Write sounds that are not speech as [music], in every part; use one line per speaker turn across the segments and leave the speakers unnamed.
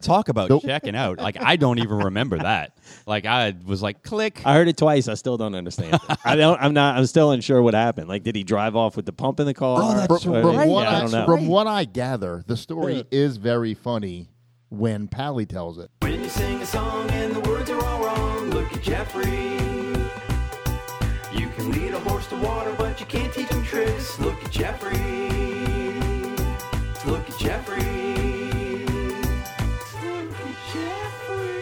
talk about
Nope.
checking out. Like I don't even remember that. Like I was like, click.
I heard it twice. I still don't understand. I don't. I'm not. I'm still unsure what happened. Like, did he drive off with the pump in the car?
Oh, that's
Or-
right.
From what,
I
I,
don't know.
from what I gather, the story is very funny when Pally tells it.
When you sing a song and the words are all wrong, look at Jeffrey. You can lead a horse to water, but you can't teach him tricks. Look at Jeffrey. Look at Jeffrey. Look at Jeffrey.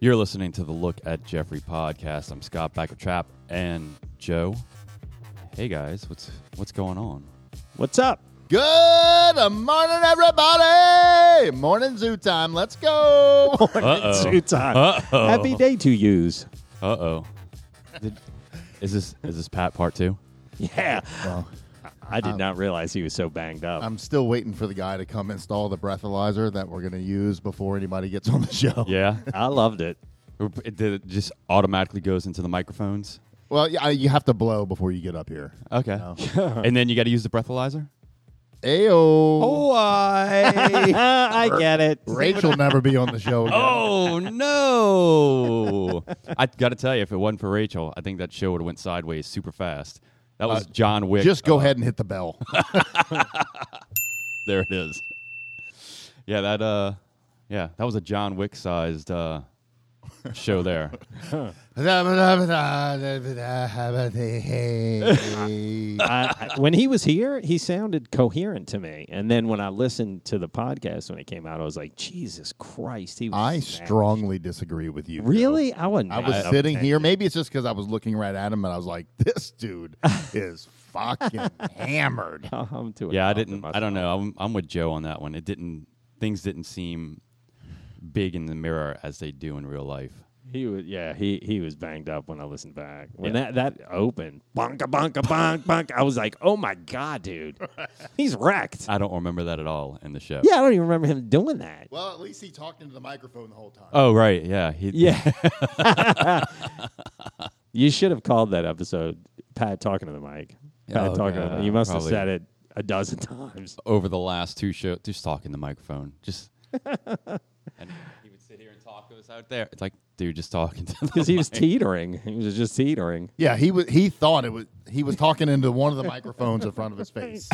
You're listening to the Look at Jeffrey podcast. I'm Scott Backertrap and Joe. Hey guys, what's what's going on?
What's up?
Good morning, everybody. Morning zoo time. Let's go.
Uh-oh.
It's on.
Uh-oh.
Happy day to yous. [laughs]
Uh oh. Is this is this Pat part two?
Yeah.
Well,
I
Um,
did not realize he was so banged up.
[laughs] I'm still waiting for the guy to come install the breathalyzer that we're going to use before anybody gets on the [laughs] show.
Yeah.
I loved it.
Or p- did [laughs] it just automatically goes into the microphones?
Well, yeah, I- you have to blow before you get up here. Uh,
Okay. and then you got to use the breathalyzer.
Ayo.
Oh. Why?
Uh, I get it.
Rachel will never be on the show again.
oh no! [laughs] I got to tell you, if it wasn't for Rachel, I think that show would have went sideways super fast. That was John Wick.
Just go
Uh,
ahead and hit the bell.
[laughs]
[laughs]
There it is. Yeah, that uh, yeah, that was a John Wick sized uh show there. [laughs]
I, I- when he was here, he sounded coherent to me. And then when I listened to the podcast when it came out, I was like, Jesus Christ, he was.
I
smashed.
strongly disagree with you. Joe.
Really? I wasn't.
I was sitting here. Maybe it's just because I was looking right at him and I was like, this dude is fucking hammered.
I'm doing
Yeah, I
something
didn't. I
myself.
don't know. I'm I'm with Joe on that one. It didn't. Things didn't seem big in the mirror as they do in real life.
He was, yeah, he he was banged up when I listened back. When that that opened, bonka bonka bonk bonk, I was like, oh my god, [laughs] dude, he's wrecked.
I don't remember that at all in the show.
yeah, I don't even remember him doing that.
Well, at least he talked into the microphone the whole time.
Oh right. Yeah. He,
Yeah, [laughs] you should have called that episode Pat talking to the mic. Pat
Oh,
talking. to
God,
the, you must
probably.
have said it a dozen [laughs] times.
Over the last two shows, just talking the microphone. Just. and he would sit here and talk to us out there. It's like, dude, just talking to
Because [laughs] he was teetering. He was just teetering.
Yeah, he was. He thought it was. He was talking into one of the microphones in front of his face.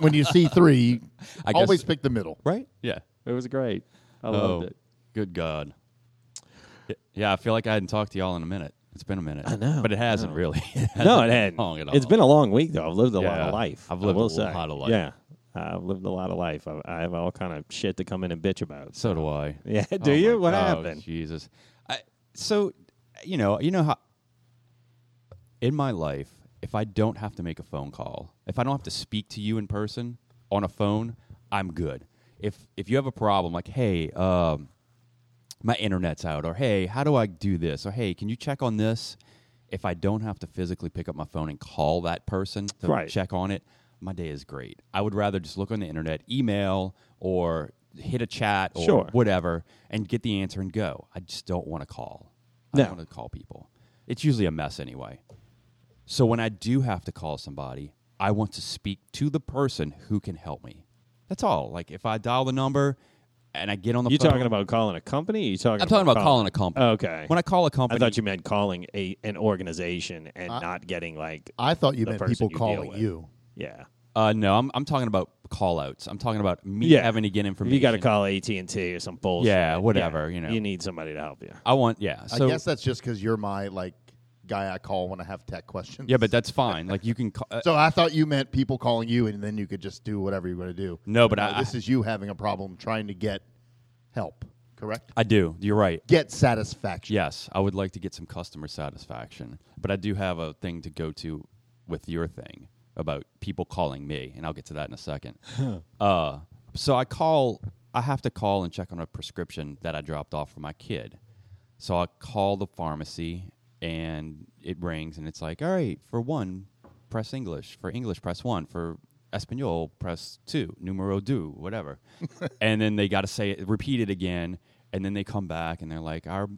when you see three,
I guess-
always pick the middle.
right. Yeah.
It was great. I
Oh,
loved it.
good God. Y- Yeah, I feel like I hadn't talked to y'all in a minute. It's been a minute. I
know,
But it hasn't really. [laughs] It hasn't
No, it
been
hadn't.
long at
It's
all.
been a long week though. I've lived a lot
Yeah,
of life.
I've
I
lived
will
a
say.
lot of life.
Yeah, I've lived a lot of life. I, I have all kind of shit to come in and bitch about. [laughs]
So do I.
Yeah, [laughs] do
Oh my
you? What
God,
happened?
Jesus. I, so, you know, you know how in my life, if I don't have to make a phone call, if I don't have to speak to you in person on a phone, I'm good. If if you have a problem, like hey, um, my internet's out, or hey, how do I do this, or hey, can you check on this? If I don't have to physically pick up my phone and call that person to
Right.
check on it, my day is great. I would rather just look on the internet, email, or hit a chat or
Sure.
whatever, and get the answer and go. I just don't want to call. I
No.
don't want to call people. It's usually a mess anyway. So when I do have to call somebody, I want to speak to the person who can help me. That's all. Like if I dial the number and I get on the
You
phone,
talking about calling a company? You talking?
I'm talking about calling a company.
Okay.
When I call a
I
company, Uh,
thought you meant calling a an organization and not getting like
I thought you
The
meant
person
people
you deal
calling
with.
you.
yeah.
uh, no, I'm, I'm talking about call outs. I'm talking about me
Yeah.
having to get
If
information.
you got to call AT and T or some bullshit.
Yeah, whatever, you know.
you need somebody to help you.
I want yeah. So
I guess that's just because you're my like guy I call when I have tech questions.
yeah, but that's fine. Like you can call. uh,
[laughs] so I thought you meant people calling you, and then you could just do whatever you're going to do.
No, but I-
this is you having a problem trying to get help. Correct.
I do. You're right.
Get satisfaction.
Yes, I would like to get some customer satisfaction, but I do have a thing to go to with your thing about people calling me, and I'll get to that in a second. uh, so I call, I have to call and check on a prescription that I dropped off for my kid. So I call the pharmacy, and it rings, and it's like, all right, for one, press English. For English, press one. For Espanol, press two. Numero do, whatever. and then they got to say it, repeat it again, and then they come back, and they're like, our,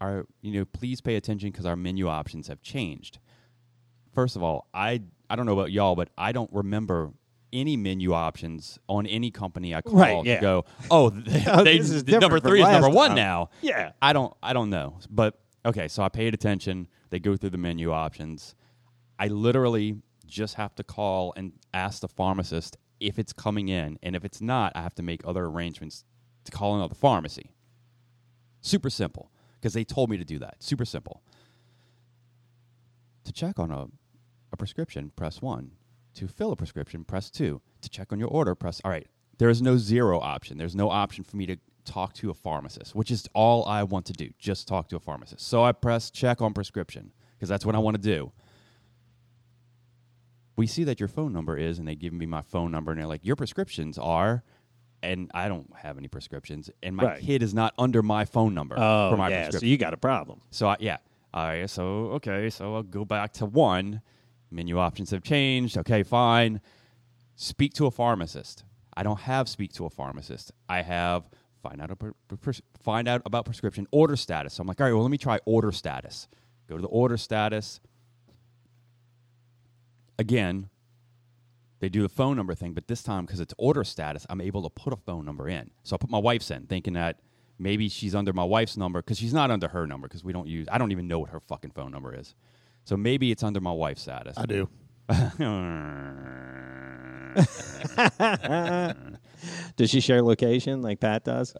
our, you know, please pay attention because our menu options have changed first of all, I I don't know about y'all, but I don't remember any menu options on any company I call
Right, yeah.
to go, oh, [laughs] they,
Oh,
they-
this is different
number
from
three is number
last
one
time.
now.
Yeah.
I don't I don't know. But okay, so I paid attention. They go through the menu options. I literally just have to call and ask the pharmacist if it's coming in, and if it's not, I have to make other arrangements to call another pharmacy. Super simple because they told me to do that. Super simple. To check on a, a prescription, press one. To fill a prescription, press two. To check on your order, press. All right. There is no zero option. There's no option for me to talk to a pharmacist, which is all I want to do. Just talk to a pharmacist. So I press check on prescription because that's what I want to do. We see that your phone number is, and they give me my phone number, and they're like, your prescriptions are. And I don't have any prescriptions, and my
Right.
kid is not under my phone number
Oh,
for my
yeah. So
prescription.
you got a problem.
So I, yeah, I so okay, so I'll go back to one. Menu options have changed. Okay, fine. Speak to a pharmacist. I don't have speak to a pharmacist. I have find out about, pres- find out about prescription order status. So I'm like, all right, well, let me try order status. Go to the order status. Again, they do the phone number thing, but this time because it's order status, I'm able to put a phone number in. So I put my wife's in, thinking that maybe she's under my wife's number because she's not under her number because we don't use. I don't even know what her fucking phone number is. So maybe it's under my wife's status.
I do.
Does she share location like Pat does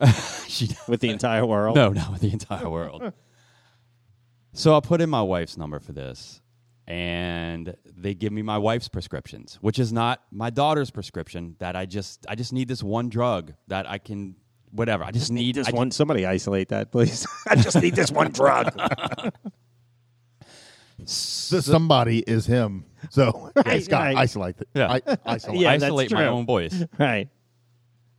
[laughs] she [laughs]
with the entire world?
No, not with the entire world. so I put in my wife's number for this, and they give me my wife's prescriptions, which is not my daughter's prescription. That I just I just need this one drug that I can whatever. I just need
Just
I
one, somebody isolate that, please. [laughs] I just need this one drug.
So somebody is him. So yeah, Scott,
right.
isolate it.
Yeah.
I, isolate.
Yeah, that's
isolate my
true.
own
[laughs]
voice.
right.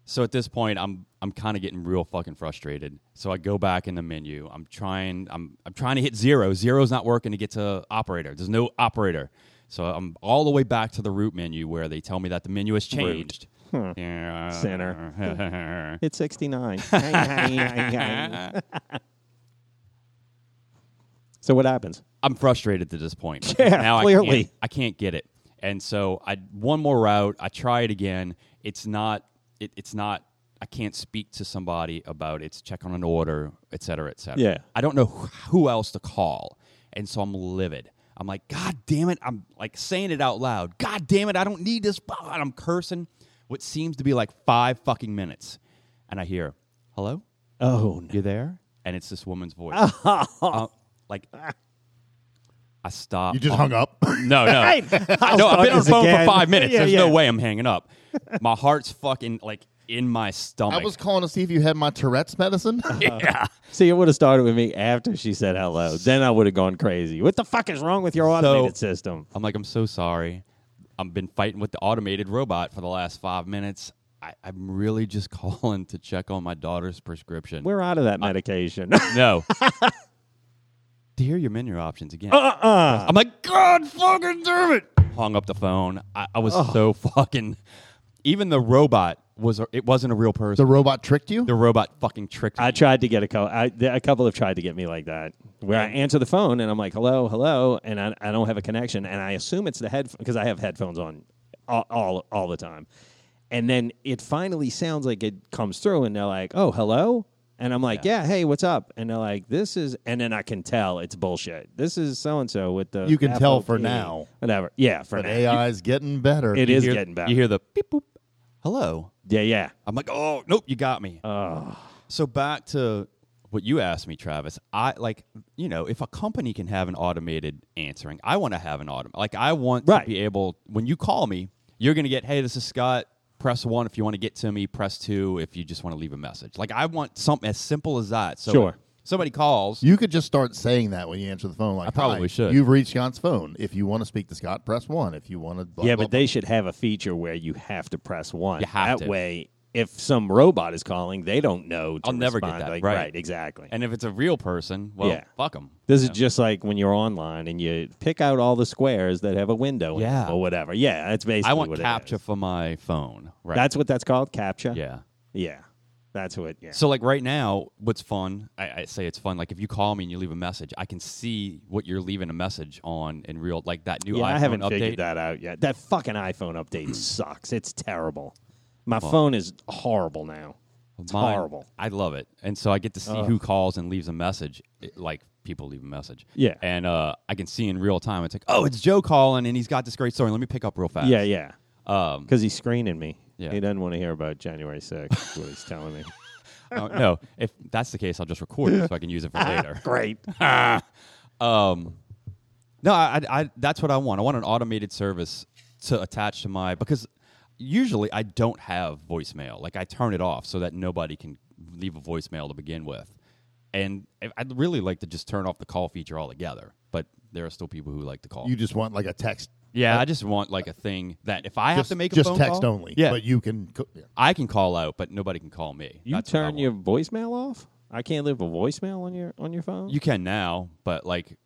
So at this point, I'm I'm kind of getting real fucking frustrated. So I go back in the menu. I'm trying. I'm I'm trying to hit zero. Zero's not working to get to operator. There's no operator. So I'm all the way back to the root menu where they tell me that the menu has changed. Yeah. [laughs]
Sinner. It's [laughs] 69. so what happens?
I'm frustrated to this
[laughs]
point.
Yeah,
because now I
clearly.
can't, I can't get it. And so I one more route. I try it again. It's not. It, it's not. I can't speak to somebody about it's check on an order, et cetera, et cetera.
Yeah.
I don't know wh- who else to call, and so I'm livid. I'm like, God damn it! I'm like saying it out loud. God damn it! I don't need this. blah," and I'm cursing what seems to be like five fucking minutes, and I hear, "Hello,
Oh, no.
you there?" And it's this woman's voice.
Oh.
Uh, like, I stop.
You just hung up.
No, no.
[laughs]
Right.
no, I've been on the
This
phone
again.
for five minutes.
Yeah,
There's
yeah.
no way I'm hanging up. My heart's fucking like in my
I
stomach.
was calling to see if you had my
[laughs]
Tourette's medicine.
See, it would have started with me after she said hello. Then I would have gone crazy. What the fuck is wrong with your automated system?
I'm like, I'm so sorry. I've been fighting with the automated robot for the last five minutes. I, I'm really just [laughs] calling to check on my daughter's prescription.
We're out of that medication.
No. [laughs] to hear your menu options again. Uh-uh. I'm like, God fucking damn it. Hung up the phone. I, I was so fucking. Even the robot was. a- It wasn't a real person.
the robot tricked you.
the robot fucking tricked
I
me.
tried to get a couple. I, there- a couple have tried to get me like that, where I answer the phone and I'm like, "Hello, hello," and I, I don't have a connection, and I assume it's the head because I have headphones on all, all all the time, and then it finally sounds like it comes through, and they're like, "Oh, hello," and I'm like, "Yeah, hey, what's up?" And they're like, "This is," and then I can tell it's bullshit. This is so and so with the
You can tell for
FOP,
now.
whatever. Yeah, for
But
now
AI's getting better.
it is
You hear-
getting better.
You hear the beep boop. Hello.
yeah, yeah.
I'm like, oh nope, you got me. So back to what you asked me, Travis. I like, you know, if a company can have an automated answering, I want to have an autom. Like, I want
Right.
to be able when you call me, you're gonna get, hey, this is Scott. Press one if you want to get to me. Press two if you just want to leave a message. Like, I want something as simple as that. So
Sure.
if somebody calls.
You could just start saying that when you answer the phone. Like,
I probably
"Hi,
should."
You've reached Scott's phone. If you want to speak to Scott, press one. If you want to, blah,
yeah,
blah,
but they should have a feature where you have to press one.
You have
that
to.
way, if some robot is calling, they don't know. To
I'll never get
respond.
that.
Like,
Right.
exactly.
and if it's a real person, well,
Yeah.
fuck them.
this is just like when you're online and you pick out all the squares that have a window, in them
Yeah.
or whatever. Yeah, that's basically.
I want
what it
capture
is.
for my phone. Right.
That's what that's called, captcha.
yeah.
yeah. That's what. Yeah.
So like right now, what's fun? I, I say it's fun. Like if you call me and you leave a message, I can see what you're leaving a message on in real. Like that new
yeah,
iPhone
I haven't
update.
figured that out yet. That fucking
[clears throat]
iPhone update sucks. It's terrible. My phone is horrible now. It's
Mine-
horrible.
I love it, and so I get to see who calls and leaves a message. It- like people leave a message.
Yeah.
and uh, I can see in real time. It's like, oh, it's Joe calling, and he's got this great story. Let me pick up real fast.
Yeah, yeah.
Um,
Because he's screening me.
Yeah.
He doesn't want to hear about January 6th, is what he's
[laughs]
telling me.
uh, no, if that's the case, I'll just record it so I can use it
[laughs]
for later.
Great.
Um, no, I, I, I that's what I want. I want an automated service to attach to my because usually I don't have voicemail. Like I turn it off so that nobody can leave a voicemail to begin with. And I- I'd really like to just turn off the call feature altogether. But there are still people who like to call.
You just want like a text.
yeah, I just want like a thing that if I have
just,
to make a
just
phone
text
call-
only.
Yeah,
but you can. co- yeah.
I can call out, but nobody can call me.
You
That's what I
turn
want.
your voicemail off? I can't leave a voicemail on your on your phone?
You can now, but like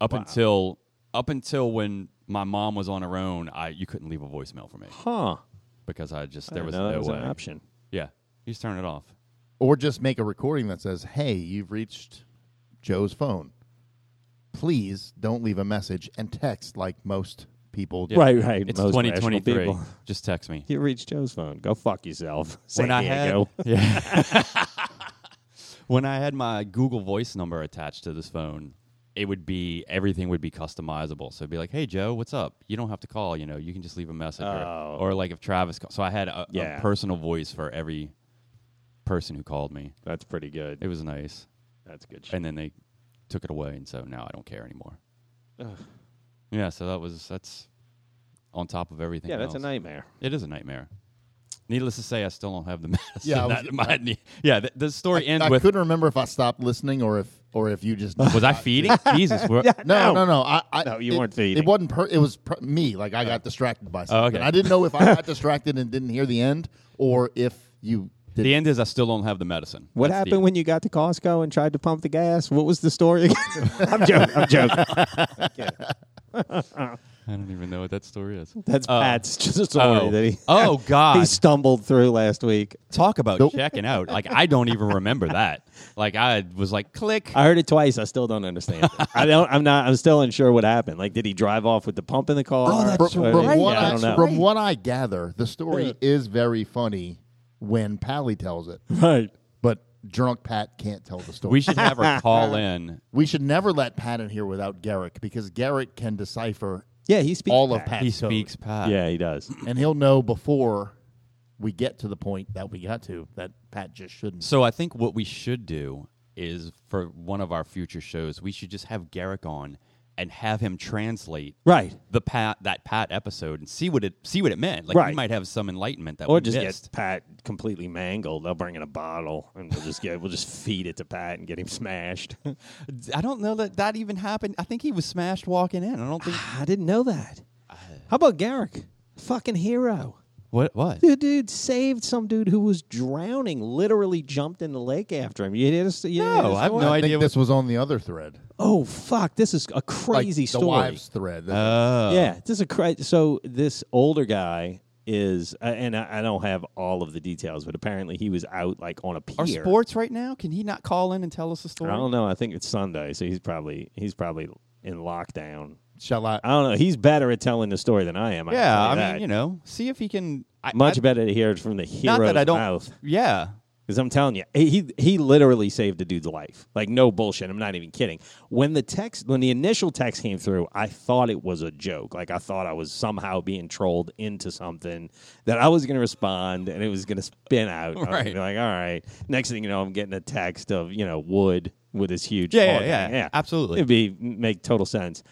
up until up until when my mom was on her own, I you couldn't leave a voicemail for me
huh.
because I just
I
there
didn't
was
know
no
that was
way.
an option.
Yeah, you just turn it off.
or just make a recording that says, "Hey, you've reached Joe's phone. Please don't leave a message and text like most people." do."
Yeah.
Right, right.
It's
Most
twenty
rational
twenty three.
people.
Just text me.
[laughs] You reached Joe's phone. Go fuck yourself. [laughs] San
when I
Diego.
had [laughs] yeah. when I had my Google Voice number attached to this phone, it would be everything would be customizable. So it'd be like, "Hey Joe, what's up? You don't have to call. You know, you can just leave a message, or-
Oh.
or, like if Travis." Call- so I had a, a
Yeah.
personal voice for every person who called me.
That's pretty good.
It was nice,
That's good shit.
and then they took it away, and so now I don't care anymore. Yeah, so that was that's on top of everything.
yeah, that's a
else.
nightmare.
It is a nightmare. Needless to say, I still don't have the [laughs] medicine.
Yeah, I was-
that might need- yeah. The, the story ends
I
with
couldn't remember if I stopped listening or if or if you just
[laughs] was
[laughs]
I feeding? Jesus. we're-
No, no, no. I, I,
No, you
it-
weren't feeding.
It wasn't. Per, it was per, me. Like I got distracted by something.
Oh. okay.
I didn't know
[laughs]
if I got distracted and didn't hear the end, or if you. Did.
The end is I still don't have the medicine.
What
That's the
happened
end.
when you got to Costco and tried to pump the gas? What was the story again?
[laughs]
I'm joking. I'm joking.
I don't even know what that story
[laughs]
is.
That's
[laughs] Oh.
Pat's just a story
Oh,
that he [laughs]
oh
he
God!
stumbled through last week.
Talk about
Nope.
checking out. Like I don't even remember that. Like I was like click.
I heard it twice. I still don't understand. it.
[laughs]
I don't. I'm not. I'm still unsure what happened. Like, did he drive off with the pump in the car?
Oh, that's
from,
right.
from
Yeah,
what
I
I,
don't know.
from what I gather, the story is very funny when Pally
[laughs]
tells it,
Right.
but drunk Pat can't tell the story.
we should have
[laughs]
her call in.
We should never let Pat in here without Garrick because Garrick can decipher
Yeah, he speaks
all of
Pat.
Pat's
He
code.
speaks Pat.
Yeah, he does.
and he'll know before we get to the point that we got to that Pat just shouldn't.
So I think what we should do is for one of our future shows, we should just have Garrick on and have him translate
Right.
the Pat that Pat episode and see what it see what it meant. Like
Right.
we might have some enlightenment that
Or
we
just
missed.
get Pat completely mangled. They'll bring in a bottle and we'll just get we'll just feed it to Pat and get him smashed. [laughs]
I don't know that that even happened. I think he was smashed walking in. I don't
[sighs]
think
I didn't know that. How about Garrick? Fucking hero.
what what.
Dude, dude saved some dude who was drowning. Literally jumped in the lake after him. You hear this? You hear
No,
this
I have
story?
no
I
idea
think
what-
this was on the other thread,
Oh fuck! This is a crazy
like
story.
the wives thread. This-
Oh.
Yeah, this is a cra- so this older guy is, uh, and I, I don't have all of the details, but apparently he was out like on a pier.
Are sports right now? Can he not call in and tell us the story?
I don't know. I think it's Sunday, so he's probably he's probably in lockdown.
Shall I?
I don't know. He's better at telling the story than I am. I can
Yeah,
tell
I
you
mean,
that.
you know, see if he can. I,
much
I,
better to hear it from the hero's
not that I don't.
mouth.
Yeah,
Because I'm telling you, he he literally saved the dude's life. Like no bullshit. I'm not even kidding. When the text, when the initial text came through, I thought it was a joke. Like I thought I was somehow being trolled into something that I was going to respond and it was going to spin
[laughs]
out. I was gonna
Right.
be like all right. Next thing you know, I'm getting a text of you know Wood with his huge
Yeah, yeah,
hog
yeah.
thing.
Absolutely.
It'd be make total sense.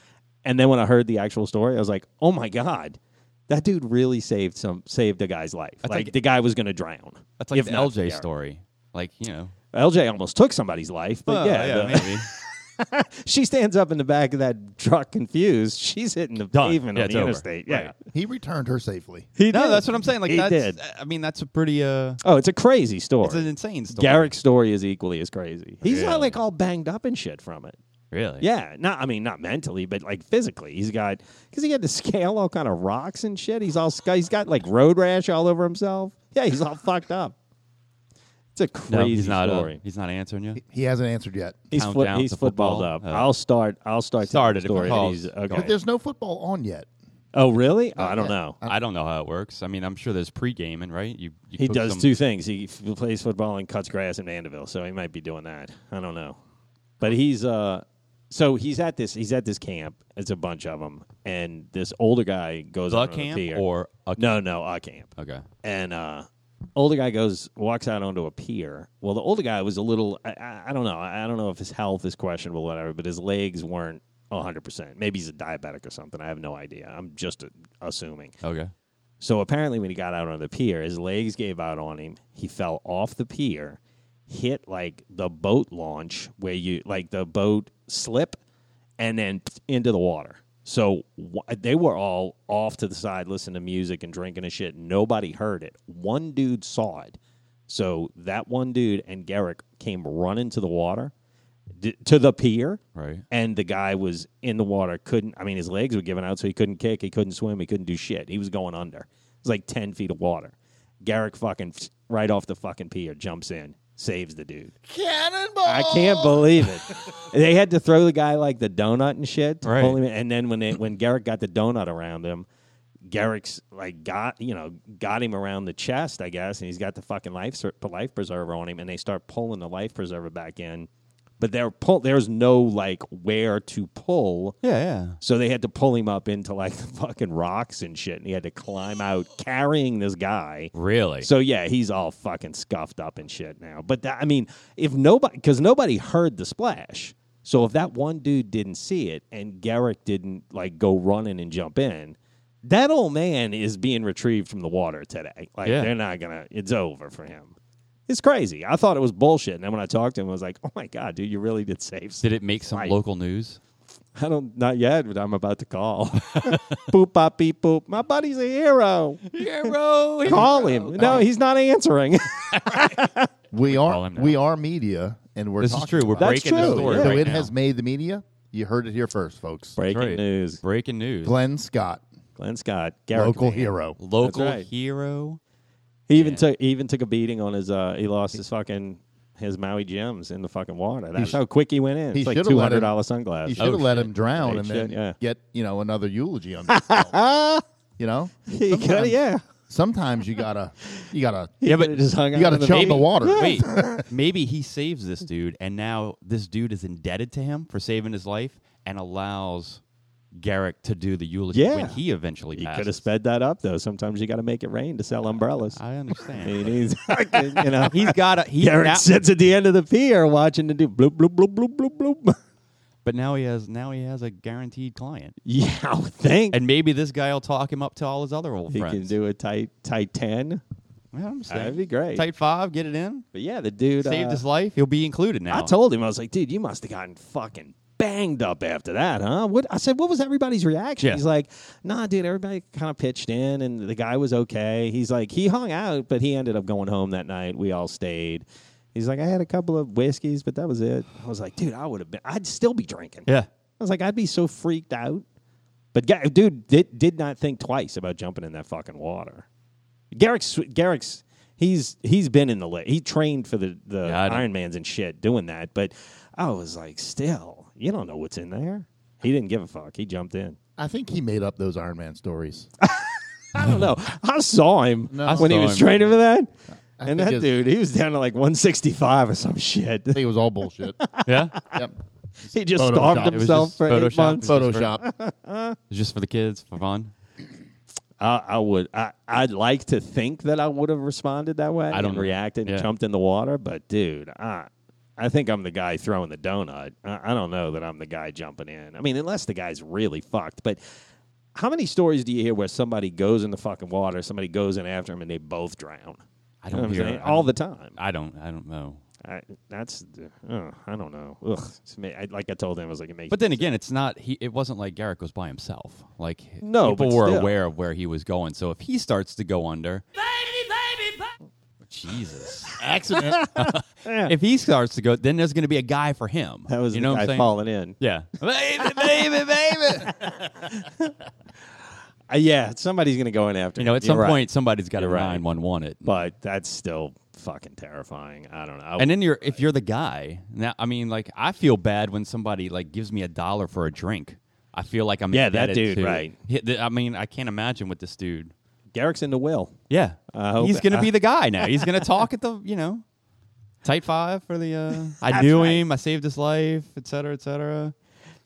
And then when I heard the actual story, I was like, oh my god. That dude really saved some saved a guy's life. like
like-
the guy was going to drown.
that's like
if
the
not
LJ
Garrett.
story. Like you know,
LJ almost took somebody's life,
Well,
but yeah, the-
maybe.
[laughs] she stands up in the back of that truck confused. She's hitting the
Done.
pavement
Yeah,
on
it's
the
over.
interstate. Yeah,
Right.
He returned her safely.
he
no,
did.
that's what I'm saying. Like
He
that's.
did.
I mean, that's a pretty. Uh,
Oh, it's a crazy story.
it's an insane story.
Garrick's story is equally as crazy. He's
Really?
not like all banged up and shit from it.
really?
Yeah, not I mean not mentally, but like physically, he's got because he had to scale all kind of rocks and shit. He's all sc- he's got like road rash all over himself. Yeah, he's all fucked up. It's a
No,
crazy
he's not. uh,
story.
he's not ansrswering you.
He hasn't answered yet.
he's
count
foot,
down
he's
to
footballed
football?
up.
Oh.
I'll start. I'll start.
Started
telling
if it
the story. and
calls.
he's-
Go
But
okay.
there's no football on yet.
Oh really? Oh, I don't
yet.
know.
I don't know how it works. I mean, I'm sure there's pre-gaming, right? You, you
He
cook
does
some-
two things. He f- plays football and cuts grass in Mandeville, so he might be doing that. I don't know, but he's uh, so he's at this he's at this camp. It's a bunch of them, and this older guy goes
The
out on
camp
the pier.
or a
no, no, a camp.
Okay.
and uh older guy goes walks out onto a pier well the older guy was a little i, I, I don't know i don't know if his health is questionable or whatever but his legs weren't 100% maybe he's a diabetic or something i have no idea i'm just uh, assuming
Okay.
so apparently when he got out on the pier his legs gave out on him he fell off the pier hit like the boat launch where you like the boat slip and then into the water so wh- they were all off to the side listening to music and drinking and shit nobody heard it one dude saw it so that one dude and garrick came running to the water d- to the pier
Right.
and the guy was in the water couldn't i mean his legs were giving out so he couldn't kick he couldn't swim he couldn't do shit he was going under it was like 10 feet of water garrick fucking right off the fucking pier jumps in saves the dude
Cannonball!
i can't believe it [laughs] they had to throw the guy like the donut and shit to
Right.
pull him in. and then when they, when garrick got the donut around him garrick's like got you know got him around the chest i guess and he's got the fucking life cer- life preserver on him and they start pulling the life preserver back in but they're pull, there's no like where to pull
Yeah, yeah.
so they had to pull him up into like [laughs] the fucking rocks and shit, and he had to climb out carrying this guy.
Really?
So yeah, he's all fucking scuffed up and shit now. But that, I mean, if nobody, because nobody heard the splash. So if that one dude didn't see it and Garrick didn't like go running and jump in, that old man is being retrieved from the water today. Like
Yeah.
they're not gonna. It's over for him. It's crazy. I thought it was bullshit, and then when I talked to him, I was like, "Oh my god, dude, you really did save."
Did it make some
Right.
local news?
[laughs] I don't, not yet, but I'm about to call. boop, bop, beep, boop. My buddy's a hero.
[laughs] Hero.
Call him. No, he's not answering. [laughs]
We
Call
are
him now.
we are media, and we're
This is
talking
true. We're
about
That's
breaking the
true,
story
it.
yeah.
so
right
it
now.
has made the media. You heard it here first, folks.
Breaking
That's right.
news.
Breaking news.
Glenn Scott,
Glenn Scott, Garrick
local
Van.
hero.
Local
That's right.
hero.
He even took he even took a beating on his. Uh, he lost his fucking his Maui gems in the fucking water. That's
sh-
how quick he went in.
he
It's like
should've
two
let him-
hundred dollar
You
sunglasses.
should have let him drown
Hey,
and
shit,
then
yeah.
get you know another eulogy
[laughs]
on yourself. you know,
[laughs] He coulda-
Sometimes-
yeah.
Sometimes you gotta
[laughs]
you gotta
Yeah, but just hung
you gotta chug the water.
[laughs]
Wait, maybe he saves this dude, and now this dude is indebted to him for saving his life, and allows Garrick to do the eulogy
Yeah.
when he eventually
He
passes.
could have sped that up though. Sometimes you got to make it rain to sell umbrellas.
I
[laughs] he
understand. [laughs]
needs, you know.
He's got a he
Garrick
now-
sits at the end of the pier watching the dude bloop bloop bloop bloop bloop bloop. [laughs]
but now he has now he has a guaranteed client,
Yeah, I would think.
and maybe this guy will talk him up to all his other old
he
friends.
can do a tight tight ten.
Yeah, I'm saying.
That'd be great.
Tight five, get it in.
But yeah, the dude
Saved
uh,
his life. He'll be included now.
I told him I was like, dude, you must have gotten fucking banged up after that, huh? What I said, what was everybody's reaction?
Yeah.
He's like, nah, dude, everybody kind of pitched in, and the guy was okay. He's like, he hung out, but he ended up going home that night. We all stayed. He's like, I had a couple of whiskeys, but that was it. I was like, dude, I would have been, I'd still be drinking.
Yeah.
[laughs] I was like, I'd be so freaked out. But ga- dude did, did not think twice about jumping in that fucking water. Garrick's Garrick's he's he's been in the lake. He trained for the the
Yeah, I don't-
Iron Man's and shit doing that. But I was like, still, you don't know what's in there. He didn't give a fuck. He jumped in.
I think he made up those Iron Man stories.
I don't know. I saw him
No. I
when he
saw
was
him.
training for that. and
think
that
it's-
dude, he was down to like 165 or some shit.
I think it was
[laughs]
all bullshit.
Yeah.
yep.
He just
Photoshop.
starved
It was
himself
just
for eight
Photoshop.
months.
Photoshop.
It's just for the kids, for fun.
I, I would. I, I'd like to think that I would have responded that way.
I don't-
and reacted and
yeah.
jumped in the water, but dude, I, I think I'm the guy throwing the donut. I, I don't know that I'm the guy jumping in. I mean, unless the guy's really fucked. But how many stories do you hear where somebody goes in the fucking water, somebody goes in after him, and they both drown?
I
You know
don't
what I'm
hear
saying?
I
all
don't-
the time.
I don't. I don't know.
I, that's uh, I don't know. Ugh, it's ma- I, like I told him, I was like, it makes.
But then again, it's not. He. It wasn't like Garrick was by himself. Like
No,
people
but
were
still.
aware of where he was going. So if he starts to go under, baby, baby, Jesus,
[laughs]
Accident.
if he starts to go, then there's going to be a guy for him.
that was
you
the
know what
[laughs] guy
I'm saying?
[laughs] falling in.
Yeah, baby, baby, baby.
Uh, yeah, somebody's gonna go in after.
You know,
me.
at some
You're right.
point somebody's got to
You're right.
nine one one it.
but that's still fucking terrifying. I don't know.
and then you're if you're the guy now. I mean, like I feel bad when somebody like gives me a dollar for a drink. I feel like I'm
Yeah, that
indebted
dude,
to-
right.
He- th- I mean, I can't imagine what this dude.
Garrick's into Will.
Yeah,
I hope-
he's gonna be the guy now. He's [laughs] gonna talk at the you know, tight five for the. [laughs] Uh, I
That's
knew
right.
him. I saved his life, et cetera, et cetera.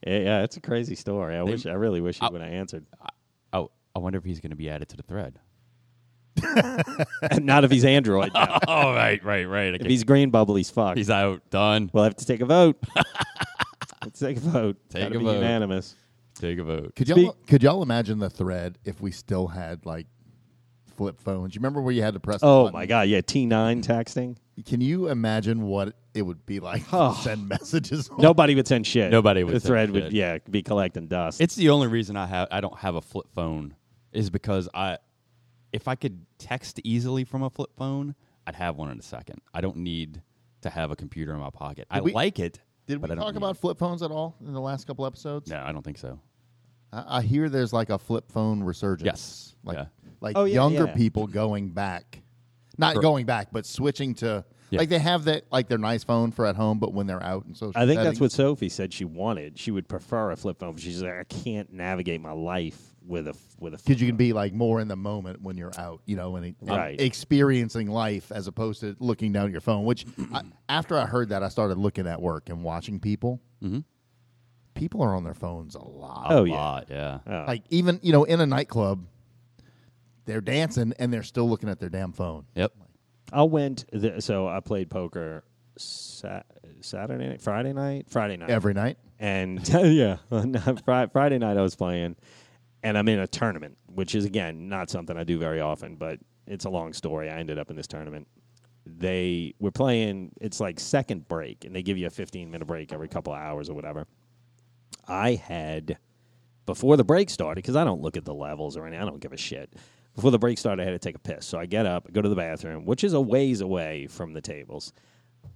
Yeah, yeah, it's a crazy story. I wish, I really wish he
I-
would have answered.
Oh, I wonder if he's gonna be added to the thread.
[laughs] Not if he's Android. [laughs] no.
[laughs] oh, right, right, right.
If he's green bubble, he's fucked.
he's out, done.
we'll have to take a [laughs] vote. Let's take a vote.
Take
Gotta
a
be
vote.
Unanimous.
Take a vote.
Could y'all
Speak-
could y'all imagine the thread if we still had like flip phones? You remember where you had to press? the
Oh
button?
my god, yeah, T nine texting.
Can you imagine what it would be like
Oh.
to send [laughs] messages? on-
Nobody would send shit.
Nobody would
The
send
thread
shit.
would yeah be collecting dust.
It's the only reason I have I don't have a flip phone is because I if I could text easily from a flip phone, I'd have one in a second. I don't need to have a computer in my pocket. I
we-
like it.
Did we
but I don't
talk
need
about
it.
flip phones at all in the last couple episodes?
No, I don't think so.
I, I hear there's like a flip phone resurgence.
Yes.
Like
Yeah.
like
Oh, yeah,
younger
yeah.
people going back. Not
Correct.
going back, but switching to
Yeah.
like they have that like their nice phone for at home, but when they're out and social
I think that's
settings-
what Sophie said she wanted. She would prefer a flip phone. But she's like, I can't navigate my life with a with a. flip
because you can be like more in the moment when you're out, you know, and, and
Right.
experiencing life as opposed to looking down at your phone. Which I, after I heard that, I started looking at work and watching people. People are on their phones a lot.
A
Mm-hmm. Oh, yeah.
lot, yeah.
phone. Oh.
Like even you know, in a nightclub, they're dancing and they're still looking at their damn phone.
Yep.
I went. The, so I played poker sa- Saturday night, Friday night, Friday night
Every night,
and [laughs] yeah, no, Fri- Friday night I was playing, and I'm in a tournament, which is again not something I do very often, but it's a long story. I ended up in this tournament. They were playing. It's like second break, and they give you a 15 minute break every couple of hours or whatever. I had before the break started because I don't look at the levels or anything. I don't give a shit. Before the break started, I had to take a piss, so I get up, go to the bathroom, which is a ways away from the tables.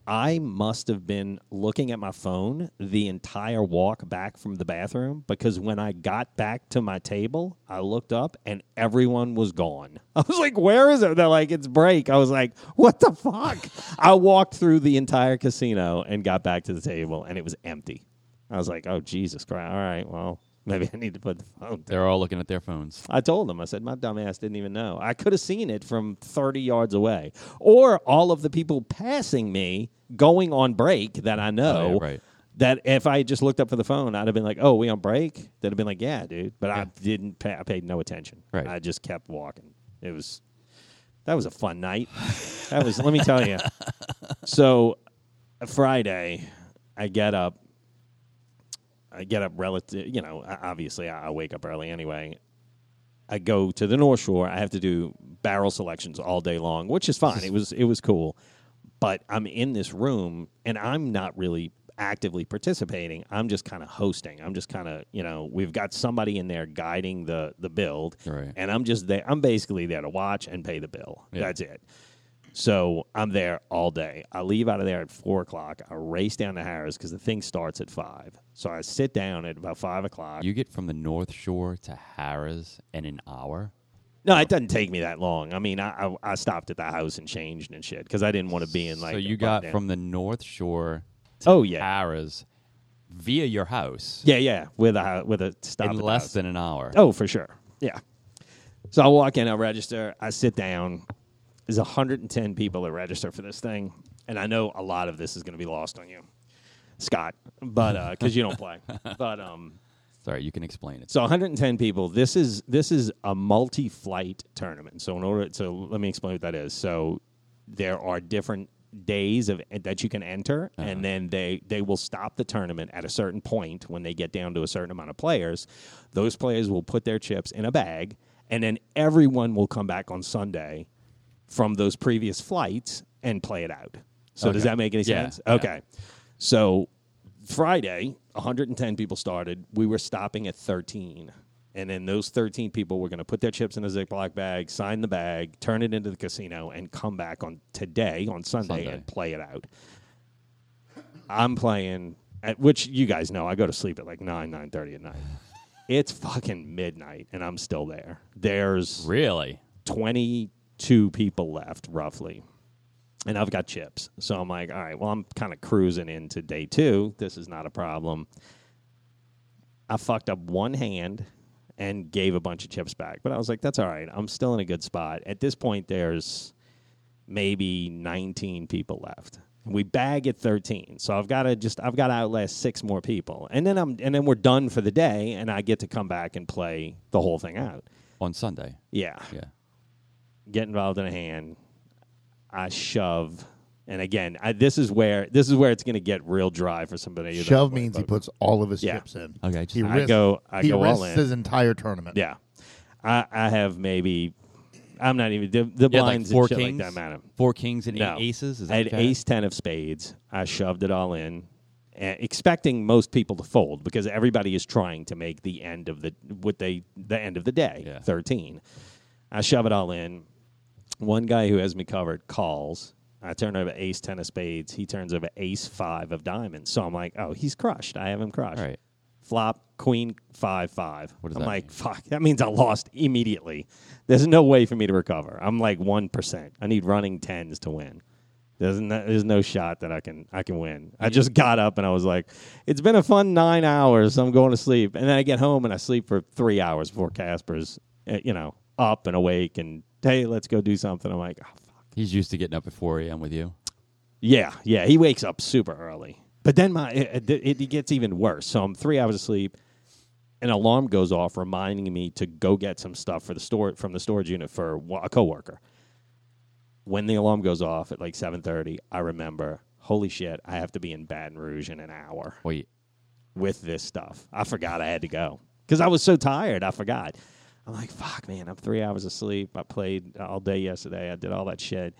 I must have been looking at my phone the entire walk back from the bathroom because when I got back to my table, I looked up and everyone was gone. [laughs] I was like, "Where is it?" They're like, "It's break." I was like, "What the fuck?" I walked through the entire casino and got back to the table and it was empty. I was like, "Oh Jesus Christ! All right, well, [laughs] maybe I need to put the phone." down.
They're all looking at their phones.
I told them, I said, my dumb ass didn't even know. I could have seen it from 30 yards away. Or all of the people passing me going on break that I know.
Oh, yeah, right.
That if I just looked up for the phone, I'd have been like, oh, we on break? They'd have been like, yeah, dude. But I didn't pay, I paid no attention.
Right.
I just kept walking. It was, that was a fun night. that was, let me tell you. So Friday, I get up. I get up relative, you know, I- obviously I I wake up early anyway. I go to the North Shore. I have to do barrel selections all day long, which is fine. It was it was cool, but I'm in this room and I'm not really actively participating. I'm just kind of hosting. I'm just kind of you know we've got somebody in there guiding the the build,
Right.
and I'm just there. I'm basically there to watch and pay the bill.
Yeah.
That's it. So I'm there all day. I leave out of there at four o'clock. I race down to Harris because the thing starts at five. So I sit down at about five o'clock.
You get from the North Shore to Harrah's in an hour.
No, it doesn't take me that long. I mean, I I, I stopped at the house and changed and shit because I didn't want to be in like.
so
a
you
bump
got
down.
from the North Shore to
oh yeah
Harrah's via your house
yeah yeah with a hou- with a stop
in
at the
less
house.
than an hour.
Oh, for sure. Yeah. So I walk in, I register, I sit down. There's 110 people that register for this thing, and I know a lot of this is going to be lost on you, Scott, but because you
[laughs]
don't play. But um,
Sorry, you can explain it.
so 110 people. This is this is a multi-flight tournament. So in order, so let me explain what that is. So there are different days of that you can enter,
Uh-huh.
and then they they will stop the tournament at a certain point when they get down to a certain amount of players. Those players will put their chips in a bag, and then everyone will come back on Sunday from those previous flights and play it out. So does
Okay.
that make any
Yeah,
sense?
yeah.
Okay. So Friday, 110 people started. We were stopping at 13. And then those 13 people were going to put their chips in a Ziploc bag, sign the bag, turn it into the casino, and come back on today, on Sunday.
Sunday.
and play it out. I'm playing, at, which you guys know, I go to sleep at like 9, 9.30 at night. It's fucking midnight and I'm still there. There's
Really?
22 people left, roughly. And I've got chips. So I'm like, all right, well, I'm kind of cruising into day two. This is not a problem. I fucked up one hand and gave a bunch of chips back. But I was like, that's all right. I'm still in a good spot. At this point, there's maybe 19 people left. We bag at 13. So I've got to just, I've got to outlast six more people. And then I'm, and then we're done for the day and I get to come back and play the whole thing out.
On Sunday.
Yeah
Yeah.
get involved in a hand. I shove, and again, I, this is where this is where it's going to get real dry for somebody. that
Shove
play
means he
poker.
puts all of his
Yeah.
chips in.
Okay, just-
he
I
risks,
go- I
he
go all
risks
in.
his entire tournament.
Yeah, I, I have maybe. I'm not even the, the
Yeah, like
blinds
four
and shit
kings.
like that, madam.
Four kings and
No
eight aces. Is that
I had
what you
ace ten of spades. I shoved it all in, eh, expecting most people to fold because everybody is trying to make the end of the what they the end of the day.
Yeah.
Thirteen. I shove it all in. One guy who has me covered calls. I turn over ace ten of spades. He turns over ace five of diamonds. So I'm like, oh, he's crushed. I have him crushed.
Right.
Flop queen five five.
What does
I'm
that
like, fuck. That means I lost immediately. There's no way for me to recover. I'm like one percent. I need running tens to win. There's no, there's no shot that I can I can win. I just got up and I was like, it's been a fun nine hours. I'm going to sleep, and then I get home and I sleep for three hours before Casper's, uh, you know, up and awake and hey, let's go do something. I'm like, oh, fuck.
He's used to getting up at 4 a.m. with you.
Yeah, yeah. He wakes up super early. But then my it, it, it gets even worse. So I'm three hours of sleep. An alarm goes off, reminding me to go get some stuff for the store from the storage unit for wa- a coworker. When the alarm goes off at like seven thirty, I remember, holy shit, I have to be in Baton Rouge in an hour
Wait.
with this stuff. I forgot I had to go because I was so tired. I forgot. I'm like, fuck, man. I'm three hours of sleep. I played all day yesterday. I did all that shit.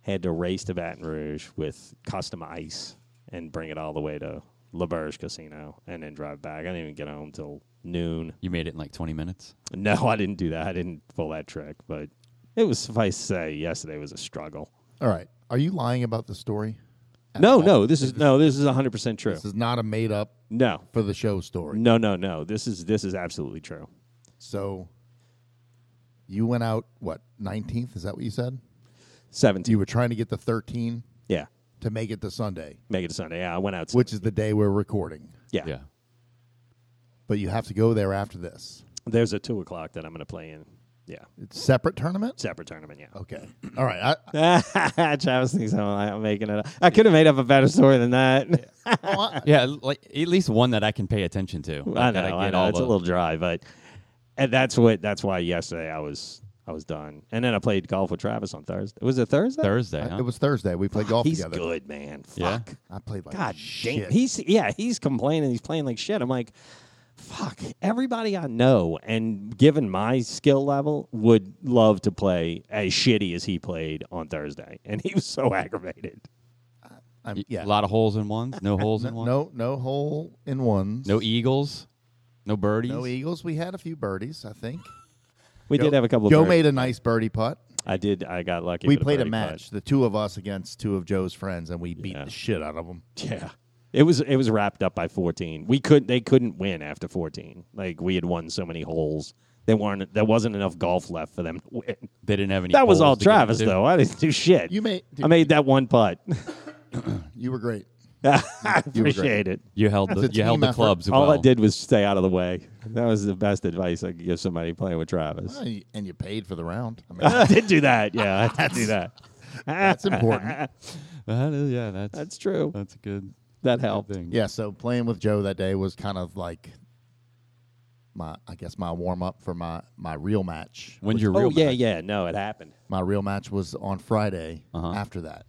Had to race to Baton Rouge with custom ice and bring it all the way to LaBerge Casino and then drive back. I didn't even get home till noon. [laughs]
You made it in like 20 minutes.
No, I didn't do that. I didn't pull that trick, but it was suffice to say, yesterday was a struggle.
All right. Are you lying about the story? At
No,
all?
no, this is no, this is 100% true.
This is not a made up
No.
for the show story.
No, no, no. This is this is absolutely true.
So you went out what nineteenth? Is that what you said?
17.
You were trying to get the thirteen
Yeah.
to make it to Sunday,
Make it a Sunday. Yeah, I went out.
which is the day we're recording.
yeah.
Yeah.
But you have to go there after this.
There's a two o'clock that I'm going to play in. Yeah.
It's separate tournament.
Separate tournament. Yeah.
Okay. All right. I,
[laughs] Travis thinks I'm, I'm making it up. I could have made up a better story than that. [laughs]
Yeah, like at least one that I can pay attention to.
I
Like,
know.
that
I
get
know.
all
It's a
the-
little dry, but and that's what. That's why yesterday I was I was done, and then I played golf with Travis on Thursday. Was it Thursday?
Thursday.
I-
huh?
it was Thursday. We played golf
He's
together.
good, man.
Yeah.
Fuck.
I played like
God
shit.
damn. He's yeah, he's complaining, he's playing like shit. I'm like, fuck, everybody I know and given my skill level would love to play as shitty as he played on Thursday. And he was so aggravated.
I'm,
Y-
yeah.
A lot of holes in ones. No holes
[laughs]
in
No,
one.
no, no hole in ones.
No eagles. No birdies.
No E- eagles. We had a few birdies. I think.
We did have a couple of
Joe
birdies.
made a nice birdie putt.
I did I got lucky.
we
with
played a
birdie putt.
match, the two of us against two of Joe's friends, and we beat
Yeah.
the shit out of them.
Yeah. It was it was wrapped up by 14. We could they couldn't win after 14. Like we had won so many holes. They weren't there wasn't enough golf left for them to win.
They didn't have any.
That was
holes
all
to get
Travis
into.
though. I didn't do shit.
You made-
I made that one putt.
You were great.
I
were great.
appreciate it.
You held
That's
the,
a
you held
team
the
effort.
clubs.
All
well.
I did was stay out of the way. That was the best advice I could give somebody playing with Travis.
Well, you- And you paid for the round. I
[laughs]
mean,
I did do that. Yeah, I did do that. [laughs]
that's important. Uh,
That is- yeah, that's
That's true.
that's a good
That helped.
thing.
Yeah. So playing with Joe that day was kind of like my, I guess, my warm up for my my real match.
When's your real
Oh yeah,
match?
yeah. No, it happened.
My real match was on Friday. After that,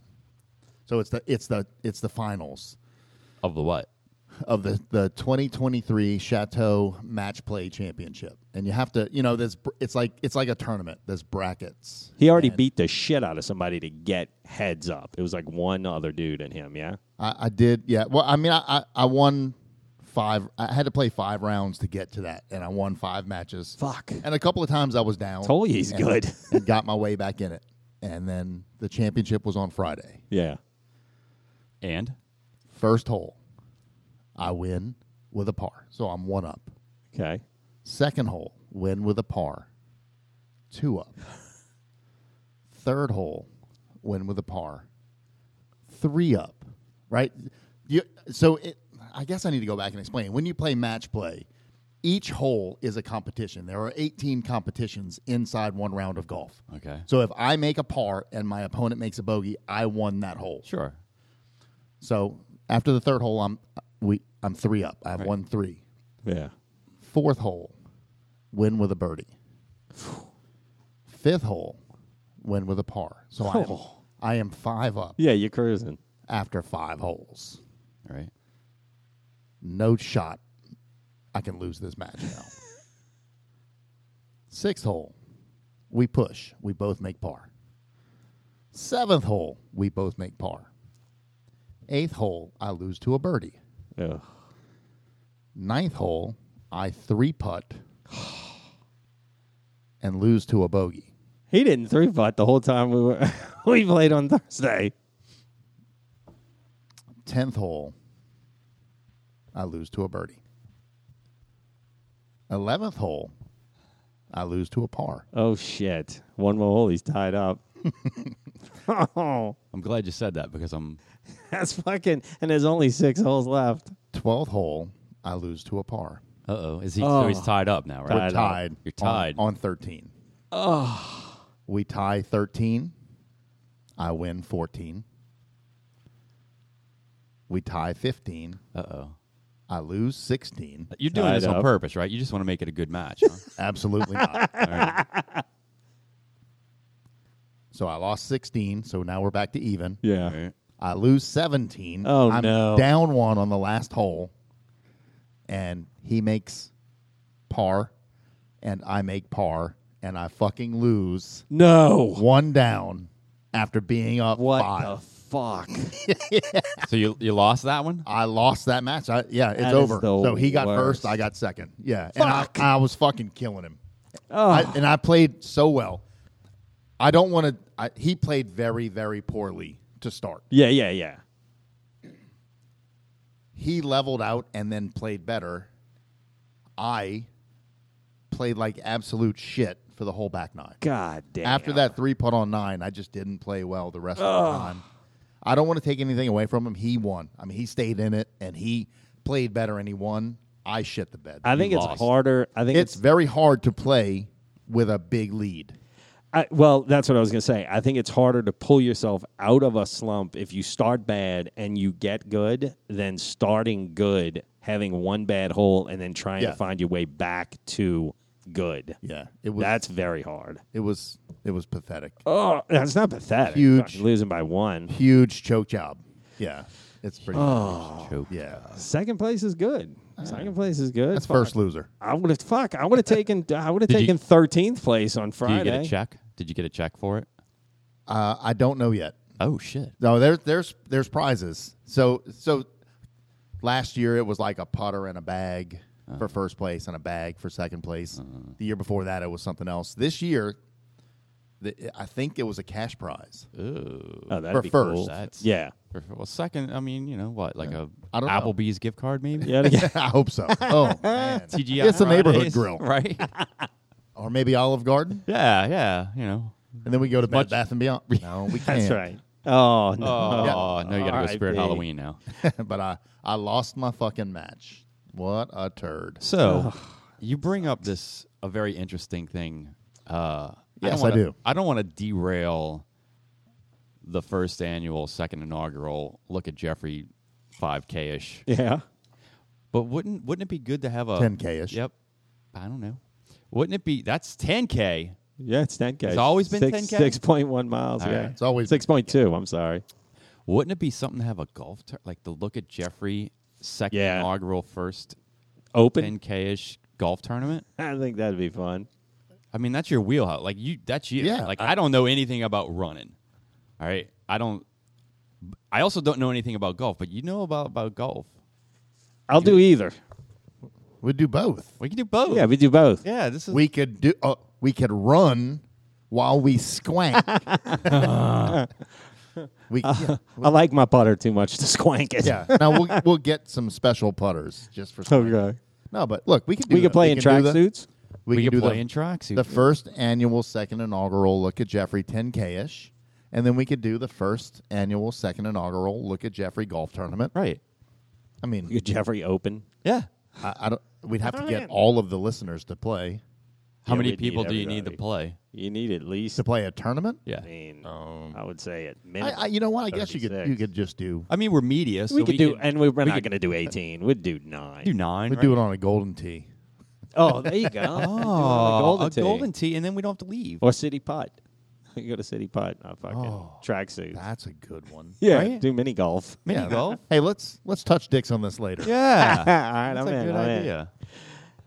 so it's the it's the it's the finals
of the what?
of the the 2023 Chateau Match Play Championship, and you have to, you know, there's br- it's like it's like a tournament. There's brackets.
He already
And-
beat the shit out of somebody to get heads up. It was like one other dude and him. Yeah.
I, I did, yeah. Well, I mean, I, I, I won five. I had to play five rounds to get to that, and I won five matches.
Fuck.
And a couple of times I was down.
Told you he's
and-
good.
[laughs] and got my way back in it. And then the championship was on Friday.
Yeah.
And
First hole, I win with a par, so I'm one up.
Okay.
Second hole, win with a par. Two up. Third hole, win with a par. Three up. Right? You, so it, I guess I need to go back and explain. When you play match play, each hole is a competition. There are 18 competitions inside one round of golf.
Okay.
So if I make a par and my opponent makes a bogey, I won that hole.
Sure.
So after the third hole, I'm we I'm three up. I have won three.
Yeah.
Fourth hole, win with a birdie. Fifth hole, win with a par. So
Oh.
I, am, I am five up
Yeah, you're cruising.
after five holes.
All right.
No shot. I can lose this match now. Sixth hole, we push. We both make par. Seventh hole, we both make par. Eighth hole, I lose to a birdie.
Ugh.
ninth hole, I three putt and lose to a bogey.
He didn't three putt the whole time we were [laughs] we played on Thursday.
Tenth hole, I lose to a birdie. Eleventh hole, I lose to a par.
Oh shit! One more hole, he's tied up. [laughs] oh,
I'm glad you said that because I'm
[laughs] that's fucking. And there's only six holes left.
Twelfth hole, I lose to a par.
uh oh. Is he
Oh.
so he's tied up now,
We're
right?
up.
tied.
You're
on-
tied.
on, thirteen. Oh. We tie thirteen. I win fourteen. We tie fifteen.
Uh oh.
I lose sixteen.
You're doing
Tied
this on
up.
purpose, right? You just want to make it a good match.
[laughs]
Huh?
Absolutely not.
[laughs] All right.
So I lost 16, so now we're back to even.
All
Yeah.
right.
I lose 17.
Oh,
I'm
no.
down one on the last hole. And he makes par, and I make par, and I fucking lose
No.
one down after being up
What
five.
the fuck?
So you you lost that one?
I lost that match. I, yeah, it's
That is
over.
the
So he got
worst.
first, I got second. Yeah, and I,
Fuck.
I was fucking killing him.
[laughs] Oh.
I, and I played so well. I don't want to. He played very, very poorly to start.
yeah, yeah, yeah.
he leveled out and then played better. I played like absolute shit for the whole back nine.
God damn.
After that three putt on nine, I just didn't play well the rest of the time. I don't want to take anything away from him. He won. I mean, he stayed in it and he played better and he won. I shit the bed.
I think
you
it's
lost.
harder. I think
it's
it's,
very hard to play with a big lead.
I, well. That's what I was gonna say. I think it's harder to pull yourself out of a slump if you start bad and you get good than starting good, having one bad hole, and then trying
Yeah.
to find your way back to good.
Yeah, it was.
that's very hard.
it was. It was pathetic.
Oh, that's not pathetic.
Huge.
Fuck, losing by one.
Huge choke job. Yeah, it's pretty.
Choke.
Oh, yeah,
Second place is good. Second place is good.
that's
Fuck.
first loser.
I would have fuck. I would have taken. I would have
Did you-
taken thirteenth place on
Did
Friday.
you get a check? Did you get a check for it?
Uh, I don't know yet.
Oh shit.
No, there's there's there's prizes. So so last year it was like a putter and a bag
Uh-huh.
for first place and a bag for second place. The year before that it was something else. This year, the, I think it was a cash prize.
Oh, that'd
For
be
first.
cool.
That's
Yeah.
Well, second, I mean, you know what, like a
I don't know.
Applebee's gift card, maybe.
Yeah.
[laughs]
yeah.
[laughs] I hope so. Oh man,
TGI
it's a
Fridays,
neighborhood [laughs] grill,
right?
or maybe Olive Garden,
yeah, yeah. You know.
and then we go to Bed Bath
[laughs]
and Beyond. No, we
[laughs]
can't.
That's right. Oh no.
Oh, no, you gotta go
R.I.P..
Spirit Halloween now.
[laughs] but I I lost my fucking match. What a turd.
So, you bring up this a very interesting thing. Uh, I, don't
Yes, I
wanna,
do.
I don't want to derail the first annual, second inaugural look at Jeffrey 5K ish.
Yeah.
But wouldn't wouldn't it be good to have a
10K-ish.
Yep. I don't know. Wouldn't it be that's 10K?
Yeah, it's ten k.
It's always been 10K?
Six point one miles.
All
yeah,
right.
It's always been
six point two. I'm sorry.
Wouldn't it be something to have a golf tour like the look at Jeffrey second
Yeah.
inaugural first
Open.
10K ish golf tournament?
I think that'd be fun.
I mean, that's your wheelhouse. Like you, that's you.
Yeah.
Like I, don't know anything about running. All right, I don't. I also don't know anything about golf, but you know about about golf.
I'll do either.
We do both.
We can do both.
Yeah, we do both.
yeah. This is
we could do uh, we could run while
[laughs]
we squank. we yeah,
I like my putter too much to [laughs] squank it.
yeah. Now we'll we'll get some special putters just for squank.
Okay.
No, but look, we can do
We
that.
could play in
can do the-
tracksuits.
We, can,
could
do
play
the,
in tracks.
the first annual second inaugural look at Jeffrey 10K ish. And then we could do the first annual second inaugural look at Jeffrey golf tournament.
right?
I mean,
Could Jeffrey open.
Yeah.
I, I don't. We'd have to get
Fine.
all of the listeners to play
How
Yeah,
many
we'd need
people do you need to
everybody.
play?
You need at least.
to play Oh. a tournament.
Yeah.
I mean,
Um,
I would say at
I,
minimum.
I, you know what? I guess you could.
36.
You could just do.
I mean, we're media, so
we could do,
can
and we, we're not going to do eighteen. We'd do nine.
do nine.
We
right?
do it on a golden tee.
Oh, there [laughs] you
[laughs]
go.
Oh,
golden
a
tee.
golden tee, and then we don't have to leave.
or city putt. [laughs] You go to city putt. Oh, fucking
Oh,
tracksuit.
That's a good one.
[laughs] Yeah,
right?
do mini golf. [laughs]
Mini
Yeah.
golf.
Hey, let's let's touch dicks on this later.
Yeah.
[laughs] All right,
That's
I'm
a
in,
good
I'm in.
idea.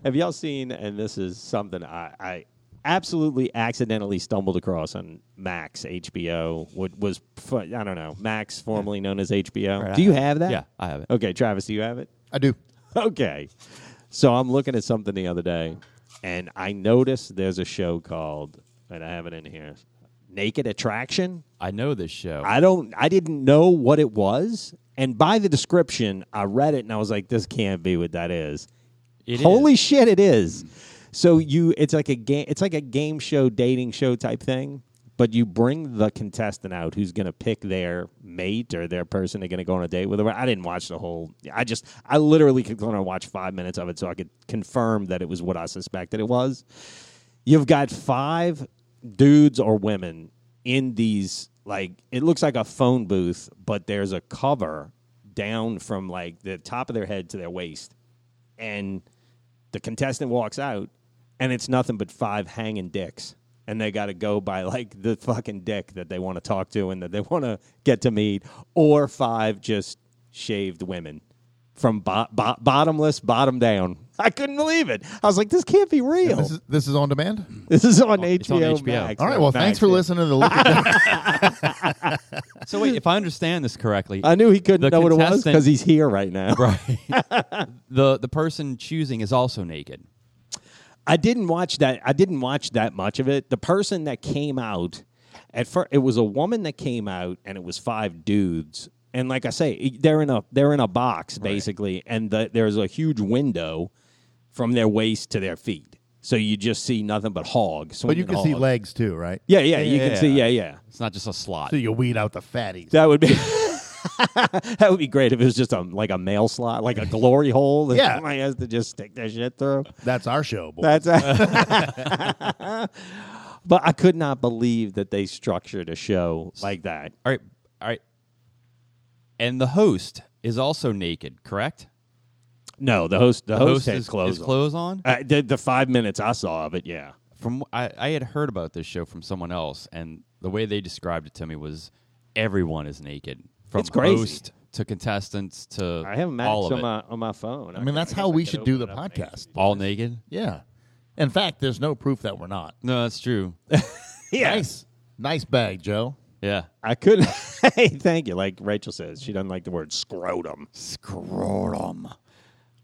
Have y'all seen? And this is something I, I absolutely accidentally stumbled across on Max HBO. What was fu- I don't know Max, formerly known as HBO.
Right, I
do you
have it.
have that?
Yeah, I have it.
Okay, Travis, do you have it?
I do.
[laughs] Okay. So I'm looking at something the other day, and I noticed there's a show called, and I have it in here, Naked Attraction.
I know this show.
I don't I didn't know what it was. And by the description, I read it and I was like, this can't be what that is.
It
Holy
is.
shit, it is. So you it's like a game it's like a game show, dating show type thing. But you bring the contestant out who's gonna pick their mate or their person they're gonna go on a date with. I didn't watch the whole I just I literally could go on and watch five minutes of it so I could confirm that it was what I suspected it was you've got five dudes or women in these like it looks like a phone booth but there's a cover down from like the top of their head to their waist and the contestant walks out and it's nothing but five hanging dicks and they got to go by like the fucking dick that they want to talk to and that they want to get to meet or five just shaved women from bo- bo- bottomless bottom down i couldn't believe it i was like this can't be real
oh.
This is this is on
Mm,
demand.
this is on
It's on
HBO.
HBO.
Max.
All right. Well,
Max,
thanks for
yeah.
listening to the
[laughs]
look at
So wait, if I understand this correctly,
I knew he couldn't
The
know what it was
contestant-
because he's here right now.
right. the the person choosing is also naked.
I didn't watch that. I didn't watch that much of it. The person that came out at first, it was a woman that came out, and it was five dudes. And like I say, e, they're in a they're in a box basically, and the, there's a huge window from their waist to their feet, so you just see nothing but hogs.
but you can see
hogs.
legs too, right?
Yeah, yeah, you can
Yeah.
see. Yeah, yeah.
It's not just a slot.
So you weed out the fatties.
That would be [laughs] that would be great if it was just a like a mail slot, like a glory hole that
Yeah.
somebody has to just stick their shit through.
That's our show, boy.
[laughs] That's [laughs] but I could not believe that they structured a show like that.
All right. All right. And the host is also naked, correct?
No, the host the, host, has
is,
clothes.
is
on.
clothes on.
Uh, the, the five minutes I saw of it, yeah.
From I, I had heard about this show from someone else, and the way they described it to me was everyone is naked. From
It's crazy.
host to contestants to
I have Max
all of
on
it.
my on my phone.
I mean, that's how we should do the podcast.
uh,
all naked.
Yeah. In fact, there's no proof that we're not.
No, that's true.
[laughs]
Nice, nice bag, Joe.
yeah.
I couldn't. [laughs] hey, thank you. Like Rachel says, she doesn't like the word scrotum.
Scrotum.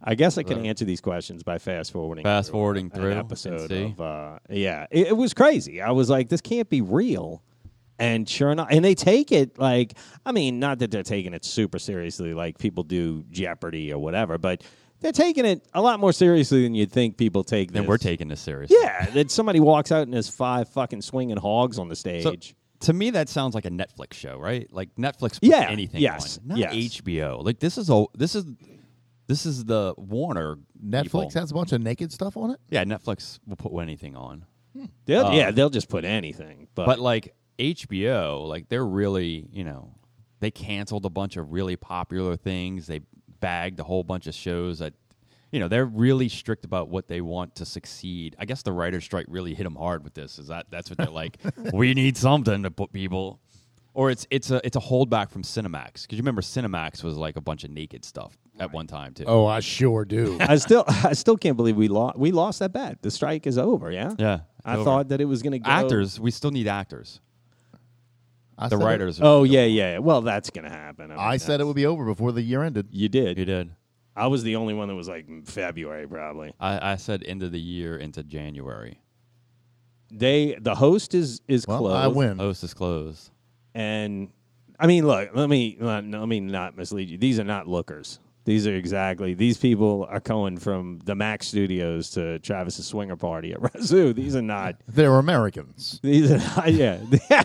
I guess I can answer these questions by fast forwarding.
Fast forwarding through
an
and
episode
see.
of uh, yeah. It, it was crazy. I was like, this can't be real. And sure enough, and they take it like I mean, not that they're taking it super seriously, like people do Jeopardy or whatever, but they're taking it a lot more seriously than you'd think people take.
Then
this.
we're taking this seriously.
yeah. That somebody walks out and there's five fucking swinging hogs on the stage.
So, to me, that sounds like a Netflix show, right? Like Netflix, puts
Yeah,
anything
yes,
on, not
yes.
HBO. Like this is all this is this is the Warner
Netflix
people.
has a bunch of naked stuff on it.
yeah, Netflix will put anything on,
They'll- yeah, they'll just put anything. But,
uh, but like HBO, like they're really you know they canceled a bunch of really popular things. They bagged a whole bunch of shows that you know they're really strict about what they want to succeed. I guess the writer's strike really hit them hard with this. Is that that's what they're like? we need something to put people. Or it's it's a it's a holdback from Cinemax because you remember Cinemax was like a bunch of naked stuff at one time too.
Oh, I
[laughs]
sure do.
I still [laughs] I still can't believe we lost we lost that bet. The strike is over, yeah?
Yeah,
I
it's over.
thought that it was going to go
actors. We still need actors.
I
The
said it-
writers. are-
Oh yeah, yeah. Well, that's going to happen. mean,
I said it
that's-
would be over before the year ended.
You did.
you did.
I was the only one that was like "Mm, February probably.
I, I said end of the year into January.
They the host is is
Well,
closed.
I win.
Host is closed.
And I mean, look, let me let, let me not mislead you. These are not lookers. These are exactly these people are going from the Max Studios to Travis's swinger party at [laughs] Razoo. These are not
They're Americans.
these are not, [laughs] yeah,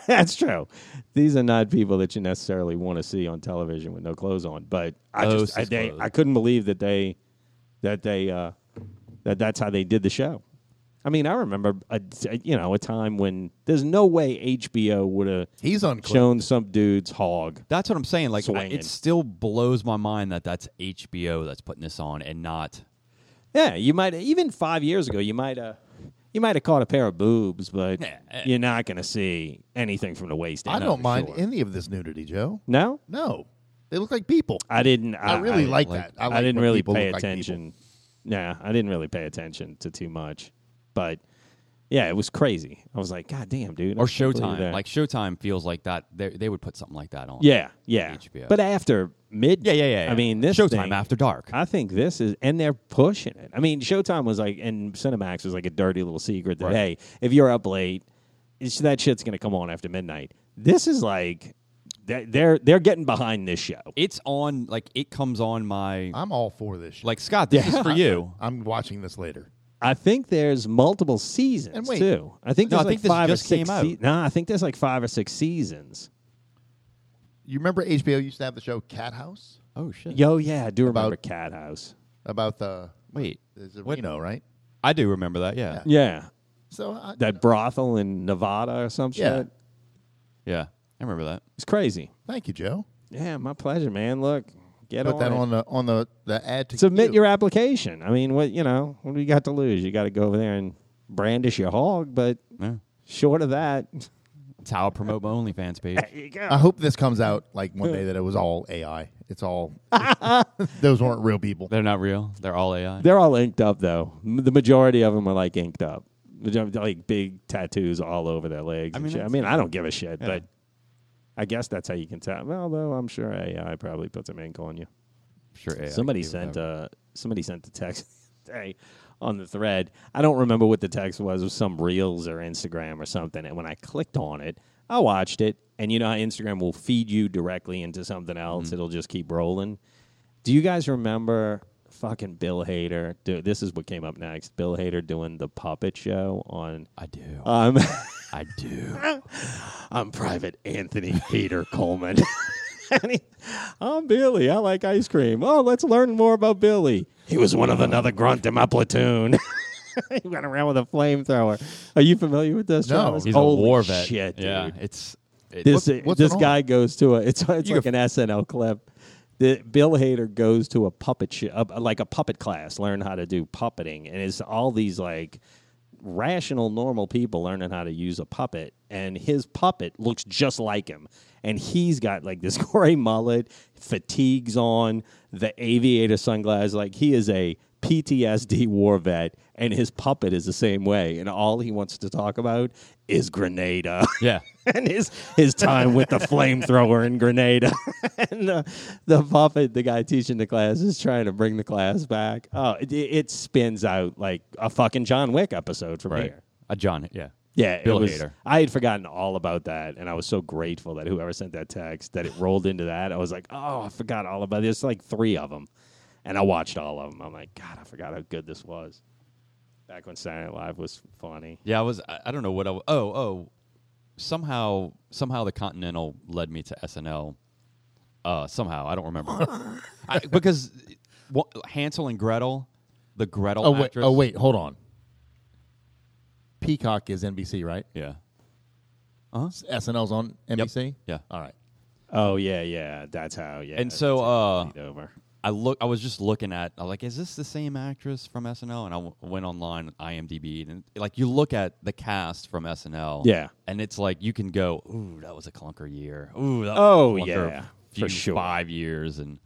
that's true. These are not people that you necessarily want to see on television with no clothes on. But I
Oh,
just I,
sis
they,
clothes.
I couldn't believe that they that they uh, that that's how they did the show. I mean, I remember a, you know a time when there's no way HBO would have
He's on clip.
shown some dude's hog.
That's what I'm saying. Like, I,
Swinging.
it still blows my mind that that's HBO that's putting this on and not.
Yeah, you might even five years ago you might uh you might have caught a pair of boobs, but
Yeah, eh.
you're not going to see anything from the waist down.
I don't
for
mind
sure.
any of this nudity, Joe.
no,
No, they look like people.
I didn't.
I,
I,
really
I-
like,
like-
that. I,
I,
like
didn't
when
really
people
pay
look like people.
attention. yeah, I didn't really pay attention to too much, but yeah, it was crazy. I was like, God damn, dude! I
Or
can't believe
Showtime.
that."
Like, Showtime feels like that. They, they would put something like that on.
yeah, yeah.
HBO.
But after mid,
Yeah, yeah, yeah. yeah.
I mean, this
Showtime
thing-
after dark.
I think this is, and they're pushing it. I mean, Showtime was like, and Cinemax was like a dirty little secret that
Right.
hey, if you're up late, it's, that shit's gonna come on after midnight. This is like they're- they're they're getting behind this show.
it's on. Like, it comes on my.
I'm all for this. Shit.
like Scott, this is for
[laughs]
you.
I'm watching this later.
I think there's multiple seasons
And wait.
too. I think
No,
there's
I
like
think this
five
just
or
came
six.
out.
no, I think there's like five or six seasons.
You remember HBO used to have the show Cat House
Oh shit.
Yo, yeah, I do remember
About-
Cat House.
about the
Wait.
is it
What-
Reno, right?
I do remember that. Yeah. Yeah.
Yeah,
So I,
that brothel in Nevada or some
Yeah.
shit.
I remember that.
It's crazy.
thank you, Joe.
Yeah, my pleasure, man. Look, get
Put
on
that
it.
on the on the the ad to
submit
you.
your application. I mean, what you know, what do you got to lose? You got to go over there and brandish your hog, but
Yeah.
short of that, [laughs]
That's how I promote my OnlyFans page.
there you go.
I hope this comes out like one day that it was all AI. It's all those weren't real people.
They're not real. They're all AI.
They're all inked up though. M- The majority of them are like inked up, They're like big tattoos all over their legs.
I
I
mean,
mean, I
that's-
mean, I don't give a shit,
Yeah.
but I guess that's how you can tell. Well, Although I'm sure AI probably put some ink on you.
sure. AI
somebody
can do
sent
whatever.
a somebody sent the text [laughs] today on the thread. I don't remember what the text was. It was some reels or Instagram or something. And when I clicked on it, I watched it. And you know how Instagram will feed you directly into something else. It'll just keep rolling. Do you guys remember fucking Bill Hader? Do, this is what came up next. Bill Hader doing the puppet show on.
I do.
Um,
I do.
I'm Private Anthony Peter Coleman. [laughs] and he, I'm Billy. I like ice cream. Oh, let's learn more about Billy. He was one of another grunt in my platoon. [laughs] he went around with a flamethrower. Are you familiar with this?
No.
Travis?
He's
Holy
a war vet.
Shit, dude.
yeah. It's. It,
This
What- what's
this
it on?
guy goes to a [laughs] it's it's
You
like
can-
an SNL clip. The, Bill Hader goes to a puppet sh- uh, like a puppet class, learn how to do puppeting, and it's all these like rational, normal people learning how to use a puppet, and his puppet looks just like him, and he's got like this [laughs] gray mullet, fatigues on, the aviator sunglasses, like he is a PTSD war vet, and his puppet is the same way, and all he wants to talk about is Grenada [laughs]
yeah.
and his his time with the flamethrower in Grenada, [laughs] and the, the puppet, the guy teaching the class, is trying to bring the class back. Oh, it, it spins out like a fucking John Wick episode from
Right.
here.
A John. Yeah.
Yeah,
Bill
it was,
Hader.
I had forgotten all about that, and I was so grateful that whoever sent that text that it rolled into that. I was like, oh, I forgot all about this. Like three of them, and I watched all of them. I'm like, God, I forgot how good this was. Back when Saturday Night Live was funny.
Yeah. I was. I, I don't know what I. w- Oh. Oh. Somehow. Somehow the Continental led me to SNL. Uh. Somehow I don't remember. I, because wha- Hansel and Gretel, the Gretel
Oh wait,
actress.
oh wait, hold on. Peacock is NBC, right?
Yeah.
SNL's on NBC.
Yeah.
All right.
Oh yeah, yeah, that's how. Yeah,
And so,
that's how
uh,
it over.
I look. I was just looking at. I was like, is this the same actress from SNL? And I w- went online, IMDb, and like you look at the cast from SNL.
Yeah.
and it's like you can go, ooh, that was a clunker year. Ooh, that
Oh,
was a clunker
yeah,
few-
for sure.
five years, and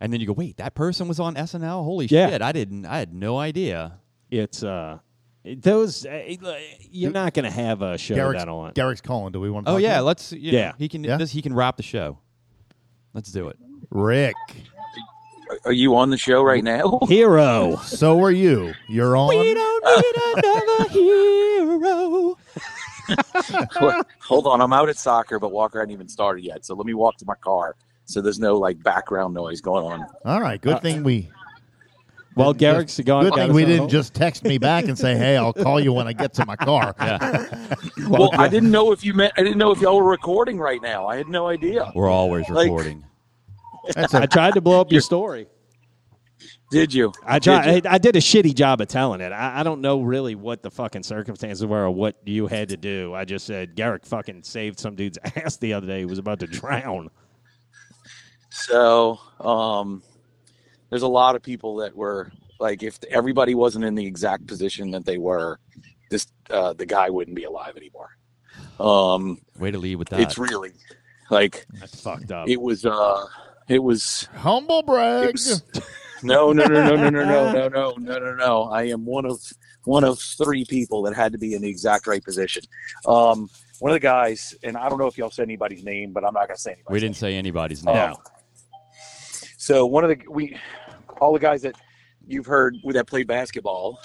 and then you go, wait, that person was on SNL. Holy
Yeah.
shit, I didn't. I had no idea.
It's uh, it- those uh, it- uh, you're not gonna have a show
Derek's,
that on.
Derek's calling. Do we want? to
Oh
talk
yeah,
to him?
let's. You know,
Yeah.
he can.
Yeah.
This, he can wrap the show. Let's do it.
Rick.
Are you on the show right now? [laughs]
Hero.
So are you? You're
[laughs]
on.
don't need another hero.
Hold on, I'm out at soccer, but Walker hadn't even started yet. So let me walk to my car so there's no like background noise going on.
All right. Good thing we.
While
just-
Garrick's gone,
Good
Uh, got
thing
us
we
on
didn't
hold.
just text me back and say, "Hey, I'll call you when I get to
[laughs]
my car."
Well, I didn't know if you meant I didn't know if y'all were recording right now. I had no idea.
We're always
Like-
recording.
That's
I
a,
tried to
[laughs]
blow up your story.
Did you?
I
Did
tried.
you?
I, I did a shitty job of telling it. I, I don't know really what the fucking circumstances were or what you had to do. I just said Garrick fucking saved some dude's [laughs] ass the other day. He was about to drown.
So um, there's a lot of people that were like, if everybody wasn't in the exact position that they were, this uh, the guy wouldn't be alive anymore. Um,
Way to lead with that.
it's really like
That's fucked up.
it was. Uh, it was
humble brag.
Oops. No, no, no, no, no, no, no, no, no, no, no, no. I am one of one of three people that had to be in the exact right position. Um, one of the guys, and I don't know if y'all said anybody's name, but I'm not gonna say anybody's
we didn't say anybody's
name.
name.
Um, So one of the we, all the guys that you've heard that played basketball.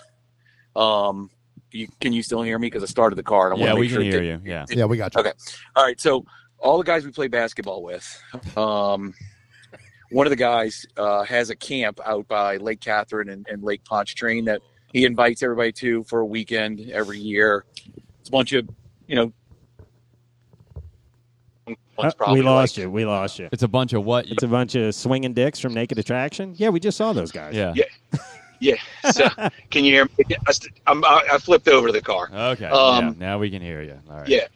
Um, you can you still hear me because I started the car and I want
yeah,
to
we
make
can
sure it
hear
didn't-
you. Yeah.
Yeah, we got you.
Okay. all right, so all the guys we play basketball with, um, one of the guys uh, has a camp out by Lake Catherine and, and Lake Pontchartrain that he invites everybody to for a weekend every year. It's a bunch of, you know, one's
Uh, we
probably
lost
like-
you. We lost you.
It's a bunch of what? You,
It's a bunch of swinging dicks from Naked Attraction. Yeah, we just saw those guys.
yeah.
[laughs] Yeah. Yeah. [laughs] So, can you hear me? I, st- I'm, I, I flipped over to the car.
Okay.
Um,
yeah, now we can hear you. All right.
Yeah.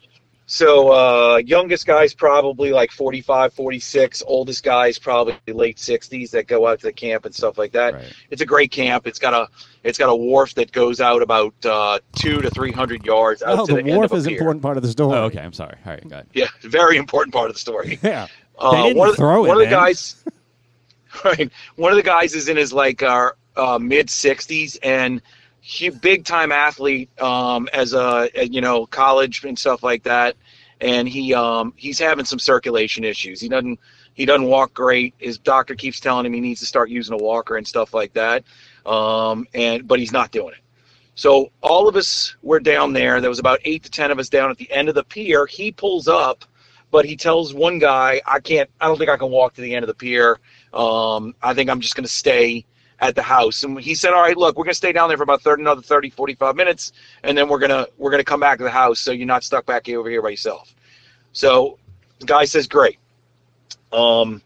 So uh, youngest guy's probably like 45, 46. Oldest guy's probably late 60s that go out to the camp and stuff like that.
Right.
It's a great camp. It's got a it's got a wharf that goes out about uh, two to 300 yards out
Oh,
to
the,
the, end
wharf
of a
is an
pier.
important part of the story.
Oh, okay. I'm sorry. All right. Got it.
Yeah, [laughs] very important part of the story.
[laughs] Yeah.
Uh,
didn't
one of the,
throw it,
One of the
man.
guys, [laughs] right? One of the guys is in his like our uh, mid sixties and he big time athlete um, as a as, you know college and stuff like that. And he um, he's having some circulation issues. He doesn't he doesn't walk great. His doctor keeps telling him he needs to start using a walker and stuff like that. Um, and but he's not doing it. So all of us were down there. There was about eight to ten of us down at the end of the pier. He pulls up, but he tells one guy, "I can't. I don't think I can walk to the end of the pier. Um, I think I'm just going to stay at the house." And he said, "All right, look, we're going to stay down there for about 30, another 30, 45 minutes, and then we're gonna we're gonna come back to the house, so you're not stuck back here over here by yourself." So the guy says, "Great." Um,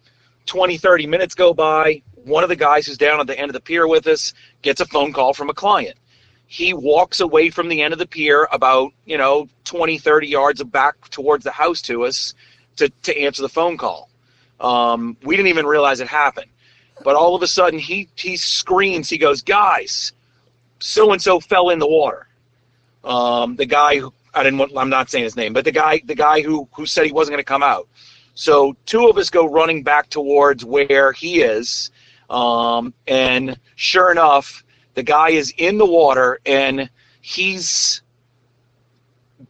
20, 30 minutes go by. One of the guys who's down at the end of the pier with us gets a phone call from a client he walks away from the end of the pier about you know 20 30 yards back towards the house to us to, to answer the phone call um, we didn't even realize it happened but all of a sudden he he screams he goes guys so and so fell in the water um, the guy who i didn't want i'm not saying his name but the guy the guy who who said he wasn't going to come out so two of us go running back towards where he is um, and sure enough the guy is in the water and he's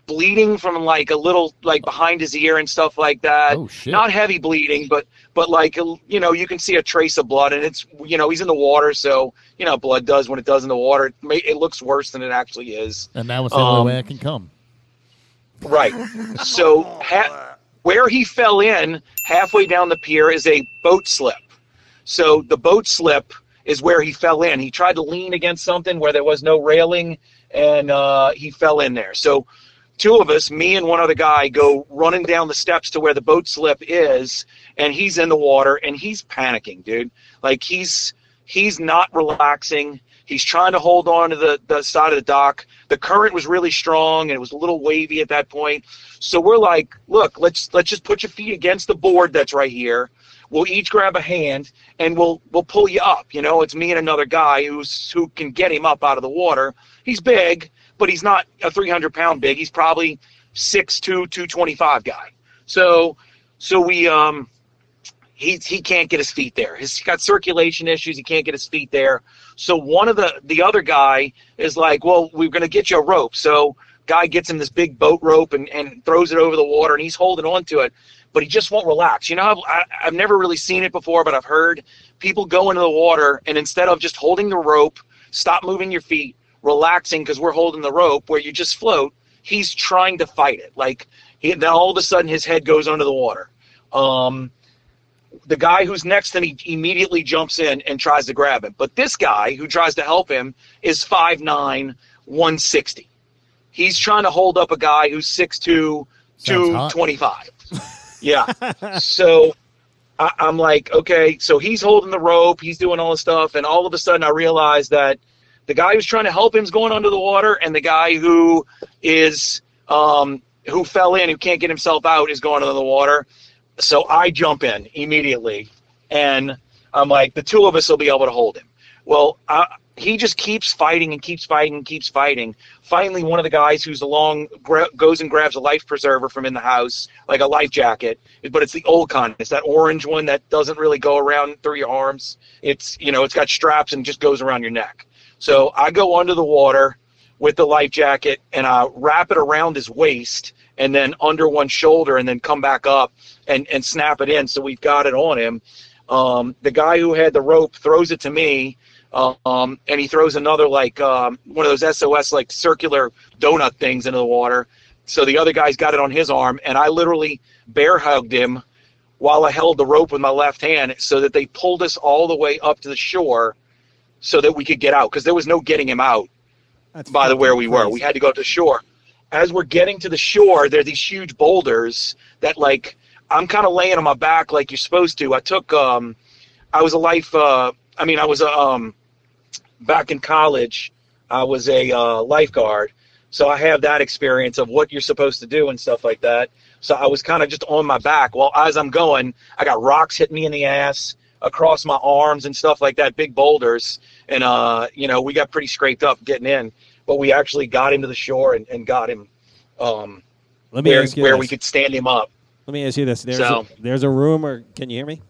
bleeding from like a little like behind his ear and stuff like that.
Oh, shit.
Not heavy bleeding, but but like you know you can see a trace of blood and it's you know he's in the water, so you know blood does when it does in the water. It, may, it looks worse than it actually is.
And that was the only
Um,
way I can come.
Right. So ha- where he fell in halfway down the pier is a boat slip. So the boat slip is where he fell in. He tried to lean against something where there was no railing, and uh, he fell in there. So two of us, me and one other guy, go running down the steps to where the boat slip is, and he's in the water and he's panicking, dude. Like he's he's not relaxing. He's trying to hold on to the, the side of the dock. The current was really strong and it was a little wavy at that point. So we're like, look, let's let's just put your feet against the board that's right here. We'll each grab a hand and we'll we'll pull you up. You know, it's me and another guy who's who can get him up out of the water. He's big, but he's not a 300 pound big. He's probably 6'2", 225 guy. So so we um he he can't get his feet there. He's got circulation issues. He can't get his feet there. So one of the the other guy is like, well, we're gonna get you a rope. So guy gets him this big boat rope and and throws it over the water, and he's holding on to it, but he just won't relax. You know, I've I, I've never really seen it before, but I've heard people go into the water and instead of just holding the rope, stop moving your feet, relaxing because we're holding the rope where you just float. He's trying to fight it. Like he, then all of a sudden his head goes under the water. Um, the guy who's next to me immediately jumps in and tries to grab him. But this guy who tries to help him is 5'9, 160. He's trying to hold up a guy who's 6'2,
Sounds hot. [laughs]
225. yeah. So I, I'm like, okay, so he's holding the rope, he's doing all this stuff. And all of a sudden, I realize that the guy who's trying to help him's going under the water, and the guy who is um, who fell in, who can't get himself out, is going under the water. So I jump in immediately, and I'm like, the two of us will be able to hold him. Well, I, he just keeps fighting and keeps fighting and keeps fighting. Finally, one of the guys who's along gra- goes and grabs a life preserver from in the house, like a life jacket, but it's the old kind. It's that orange one that doesn't really go around through your arms. It's you know, it's got straps and just goes around your neck. So I go under the water with the life jacket and I wrap it around his waist and then under one shoulder and then come back up and, and snap it in. So we've got it on him. Um, the guy who had the rope throws it to me. uh, um, and he throws another like um, one of those SOS like circular donut things into the water. So the other guy's got it on his arm, and I literally bear hugged him while I held the rope with my left hand, so that they pulled us all the way up to the shore, so that we could get out because there was no getting him out
That's
by the where we were. We had to go up to shore. As we're getting to the shore, there are these huge boulders that like I'm kind of laying on my back like you're supposed to. I took um I was a life uh I mean I was a um back in college I was a uh, lifeguard. So I have that experience of what you're supposed to do and stuff like that. So I was kind of just on my back. Well, as I'm going, I got rocks hitting me in the ass, across my arms and stuff like that, big boulders. And uh, you know, we got pretty scraped up getting in, but we actually got him to the shore and, and got him um
Let me
where,
ask you
where
this.
we could stand him up.
Let me ask you this. There's
So-
a, there's a rumor. Can you hear me?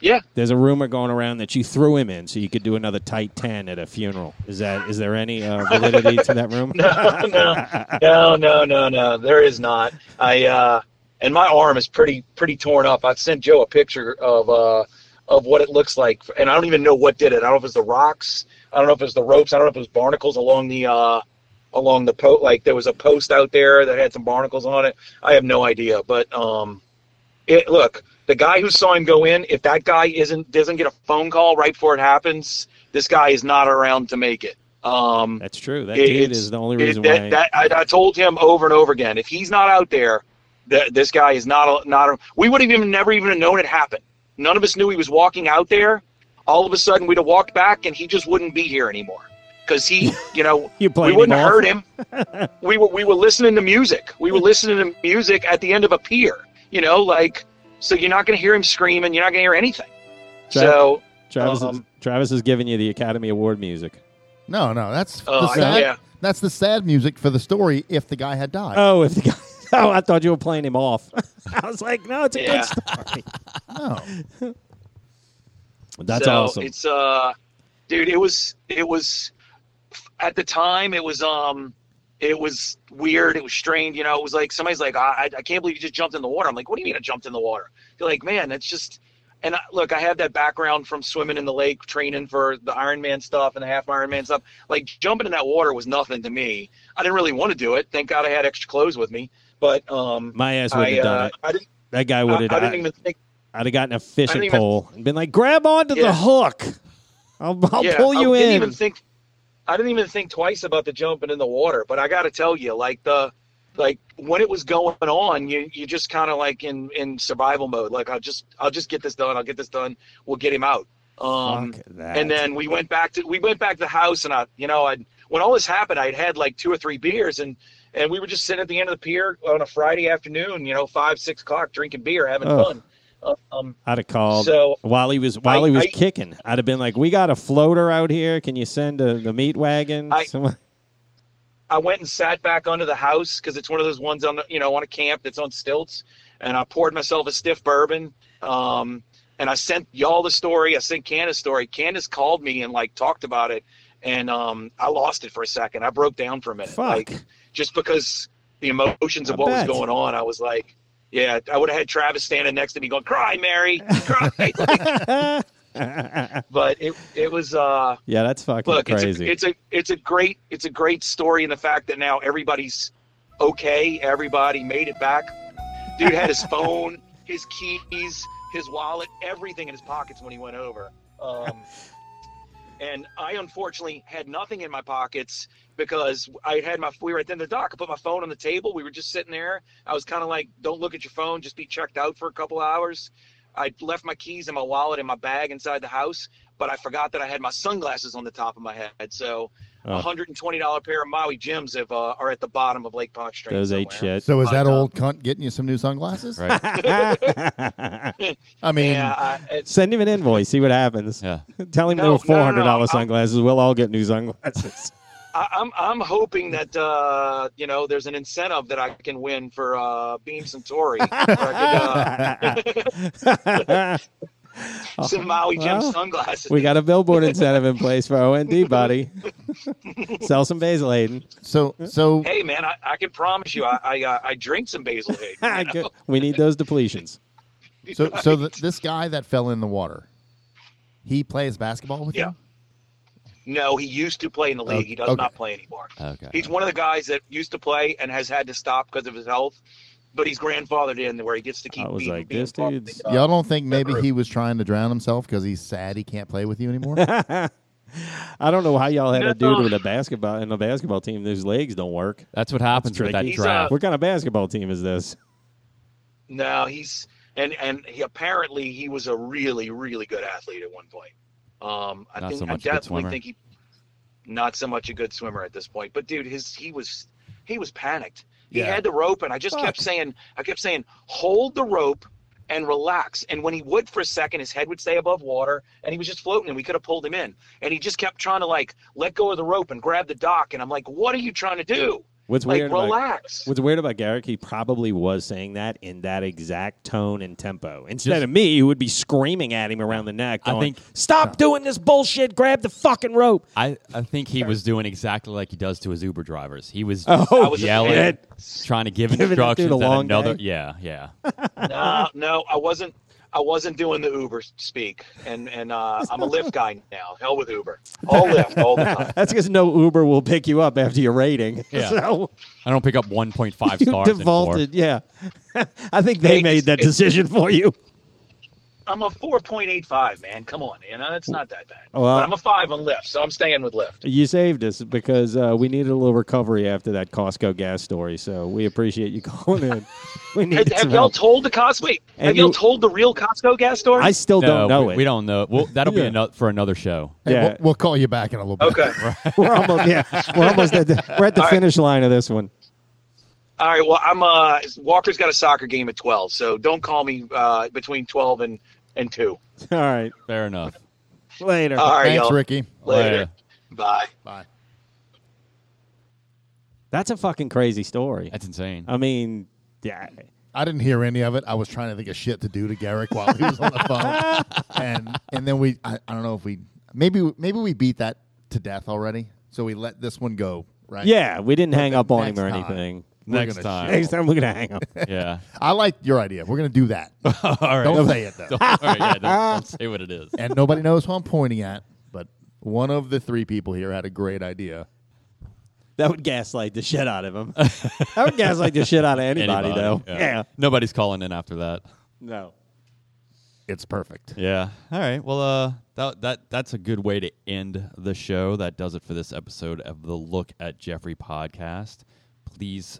Yeah.
There's a rumor going around that you threw him in so you could do another tight ten at a funeral. Is that is there any
[laughs]
uh, validity to that rumor?
no, no, no, no. There is not. I uh, and my arm is pretty pretty torn up. I sent Joe a picture of uh, of what it looks like, and I don't even know what did it. I don't know if it's the rocks. I don't know if it's the ropes. I don't know if it was barnacles along the uh, along the po Like there was a post out there that had some barnacles on it. I have no idea, but um, it look the guy who saw him go in. If that guy isn't doesn't get a phone call right before it happens, this guy is not around to make it. Um,
That's true. That
it-
dude
it's-
is the only
it-
reason
that,
why.
that- I, I told him over and over again, if he's not out there, that this guy is not a, not. A, we would have even never even have known it happened. None of us knew he was walking out there. All of a sudden, we'd have walked back, and he just wouldn't be here anymore. Because he,
[laughs]
you know,
You
we
played
wouldn't
him
have
off?
heard him.
[laughs]
we were we were listening to music. We were listening to music at the end of a pier. You know, like so you're not going to hear him screaming. You're not going to hear anything.
Tra-
So
Travis, is,
um,
Travis is giving you the Academy Award music.
No, no, that's
Oh,
the
I-
sad,
yeah.
that's the sad music for the story. If the guy had died,
Oh, if the guy. [laughs] Oh, I thought you were playing him off. [laughs] I was like, no, it's a
Yeah.
good story.
no,
That's
so
awesome.
It's uh, dude, it was it was at the time it was um, it was weird. It was strained. You know, it was like somebody's like, I, I- I can't believe you just jumped in the water. I'm like, what do you mean I jumped in the water? They're like, man, that's just. And I, look, I have that background from swimming in the lake, training for the Ironman stuff and the half Ironman stuff. Like jumping in that water was nothing to me. I didn't really want to do it. Thank God I had extra clothes with me. But um,
My ass would
I,
have done
uh,
it.
I didn't.
That guy would
I,
have.
I didn't even think.
I'd have gotten a fishing
even-
pole and been like, grab onto the
Yeah.
hook. I'll, I'll pull you
I
in.
Didn't even think, I didn't even think twice about the jumping in the water. But I got to tell you, like the, like when it was going on, you you just kind of like in in survival mode. Like I'll just I'll just get this done. I'll get this done. We'll get him out. Um,
Fuck that.
and then we went back to we went back to the house, and I you know I when all this happened, I'd had like two or three beers, and and we were just sitting at the end of the pier on a Friday afternoon, you know, five six o'clock, drinking beer, having
Ugh.
fun. Uh, Um,
I'd have called
So,
while he was while he was
I-
kicking. I'd have been like, "We got a floater out here. Can you send a, the meat wagon?"
I-
Someone-
I went and sat back under the house because it's one of those ones on the, you know on a camp that's on stilts, and I poured myself a stiff bourbon. Um, and I sent y'all the story. I sent Candace story. Candace called me and like talked about it, and um, I lost it for a second. I broke down for a minute,
Fuck.
like just because the emotions of
I
what
bet.
was going on. I was like, yeah, I would have had Travis standing next to me going, "Cry, Mary, cry."
[laughs]
Like, but it it was uh
yeah, that's fucking
look,
crazy.
It's, a, it's a it's a great it's a great story in the fact that now everybody's
[laughs]
okay. Everybody made it back. Dude had his phone, his keys, his wallet, everything in his pockets when he went over. Um, and I unfortunately had nothing in my pockets because I had my we were at the end of the dock. I put my phone on the table. We were just sitting there. I was kind of like, "Don't look at your phone. Just be checked out for a couple hours." I left my keys and my wallet in my bag inside the house, but I forgot that I had my sunglasses on the top of my head. So, a
Oh.
hundred and twenty dollar pair of Maui Jims have, uh, are at the bottom of Lake Pontchartrain.
Those ain't
somewhere.
shit.
[laughs]
So is
I
that
know.
old cunt getting you some new sunglasses?
Right.
I mean,
Yeah, I, it's,
[laughs] Send him an invoice. See what happens.
Yeah.
Tell him
No,
they were
no,
four
no, no,
hundred dollars
I'm-
sunglasses. We'll all get new sunglasses.
I, I'm I'm hoping that uh, you know there's an incentive that I can win for uh, Beam Centauri. where
[laughs]
I
[laughs]
[laughs] could, uh, some Maui Jim
well.
sunglasses.
we got a billboard incentive in place for OND, buddy. Sell some basil, [laughs] Aiden.
so so
hey man, I, I can promise you, I I, uh, I drink some basil hay.
Good. we need those depletions.
[laughs]
[laughs]
so so th- this guy that fell in the water, he plays basketball with
Yeah.
you.
No, he used to play in the league. He does
okay.
not play anymore.
Okay.
He's one of the guys that used to play and has had to stop because of his health, but he's grandfathered in where he gets to keep.
I was
being-
like,
being
this
part
dude's-
of the, uh,
Y'all don't think maybe
group.
he was trying to drown himself because he's sad he can't play with you
[laughs]
anymore?
I don't know how y'all had a dude
No.
with a basketball and a basketball team whose legs don't work.
That's what happens with that
tricky.
He's, uh,
draft.
What kind of basketball team is this?
No, he's and and he apparently he was a really really good athlete at one point. Um, I
Not
think
so
I
much a good
definitely
swimmer.
think he not so much a good swimmer at this point. But dude, his he was he was panicked. He
Yeah.
had the rope, and I just kept saying I kept saying hold the rope and relax. And when he would for a second, his head would stay above water, and he was just floating, and we could have pulled him in. And he just kept trying to like let go of the rope and grab the dock. And I'm like, what are you trying to do?
What's
Like
weird? About,
relax.
what's weird about Garrick? He probably was saying that in that exact tone and tempo. Instead of me, who would be screaming at him around the neck,
I
going,
think-
"Stop doing this bullshit! Grab the fucking rope!"
I, I think he was doing exactly like he does to his Uber drivers. He was
Oh,
I was a
yelling,
fan.
trying to give
Giving the dude a
instructions at
long
another.
day.
Yeah, yeah.
no, no, I wasn't. I wasn't doing the Uber speak, and and uh, I'm a Lyft guy now. Hell with Uber, all Lyft, all the time.
That's because no Uber will pick you up after your rating.
Yeah.
[laughs] So
I don't pick up 1.5 stars.
[laughs] you
anymore.
defaulted. Yeah, [laughs] I think they
Hey,
made
it's-
that
it's-
decision for you.
I'm a 4.85, man. Come on, you know it's not that bad.
Well-
but I'm a five on Lyft, so I'm staying with Lyft.
You saved us because uh, we needed a little recovery after that Costco gas story. So we appreciate you calling in. We
Have,
need
have
some
y'all
help.
told the Costco? Wait,
And
have y'all
you-
told the real Costco gas story?
I still
No,
don't know
we,
it.
we don't know. Well, that'll
Yeah.
be enough for another show.
Hey,
Yeah.
we'll, we'll call you back in a little bit.
[laughs] Okay.
[laughs] We're almost yeah. We're almost at the, we're at the
All right.
finish line of this one. [laughs]
All right. Well, I'm. Uh, Walker's got a soccer game at 12, so don't call me uh, between 12 and and two.
All right,
Fair enough.
later.
All right,
Thanks,
y'all.
Ricky.
Later.
Later.
Bye.
Bye.
That's a fucking crazy story.
That's
[laughs]
insane.
I mean, yeah.
I didn't hear any of it. I was trying to think of shit to do to Garrick while he was on the
[laughs]
phone, and and then we I, I don't know if we maybe maybe we beat that to death already, so we let this one go. Right?
Yeah, we didn't hang
then
up on him
next
or
time.
anything.
We're
Next
gonna
time.
chill.
Next time we're gonna hang up.
yeah.
I like your idea. We're gonna do that.
[laughs] All right.
Don't say it
[laughs]
though,
Don't worry, yeah, don't- don't say what it is.
and nobody knows who I'm pointing at. But one of the three people here had a great idea.
That would gaslight the shit out of him. that would gaslight the shit out of anybody,
Anybody,
though.
yeah.
yeah.
Nobody's calling in after that.
No.
It's perfect.
Yeah. All right. Well, uh, that that that's a good way to end the show. That does it for this episode of the Look at Jeffrey podcast. Please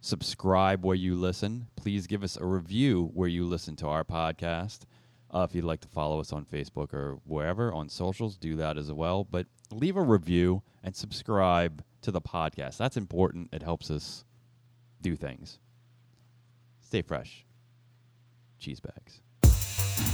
subscribe where you listen. Please give us a review where you listen to our podcast. Uh, if you'd like to follow us on Facebook or wherever on socials, do that as well. But leave a review and subscribe to the podcast. That's important. It helps us do things. Stay fresh. Cheese bags.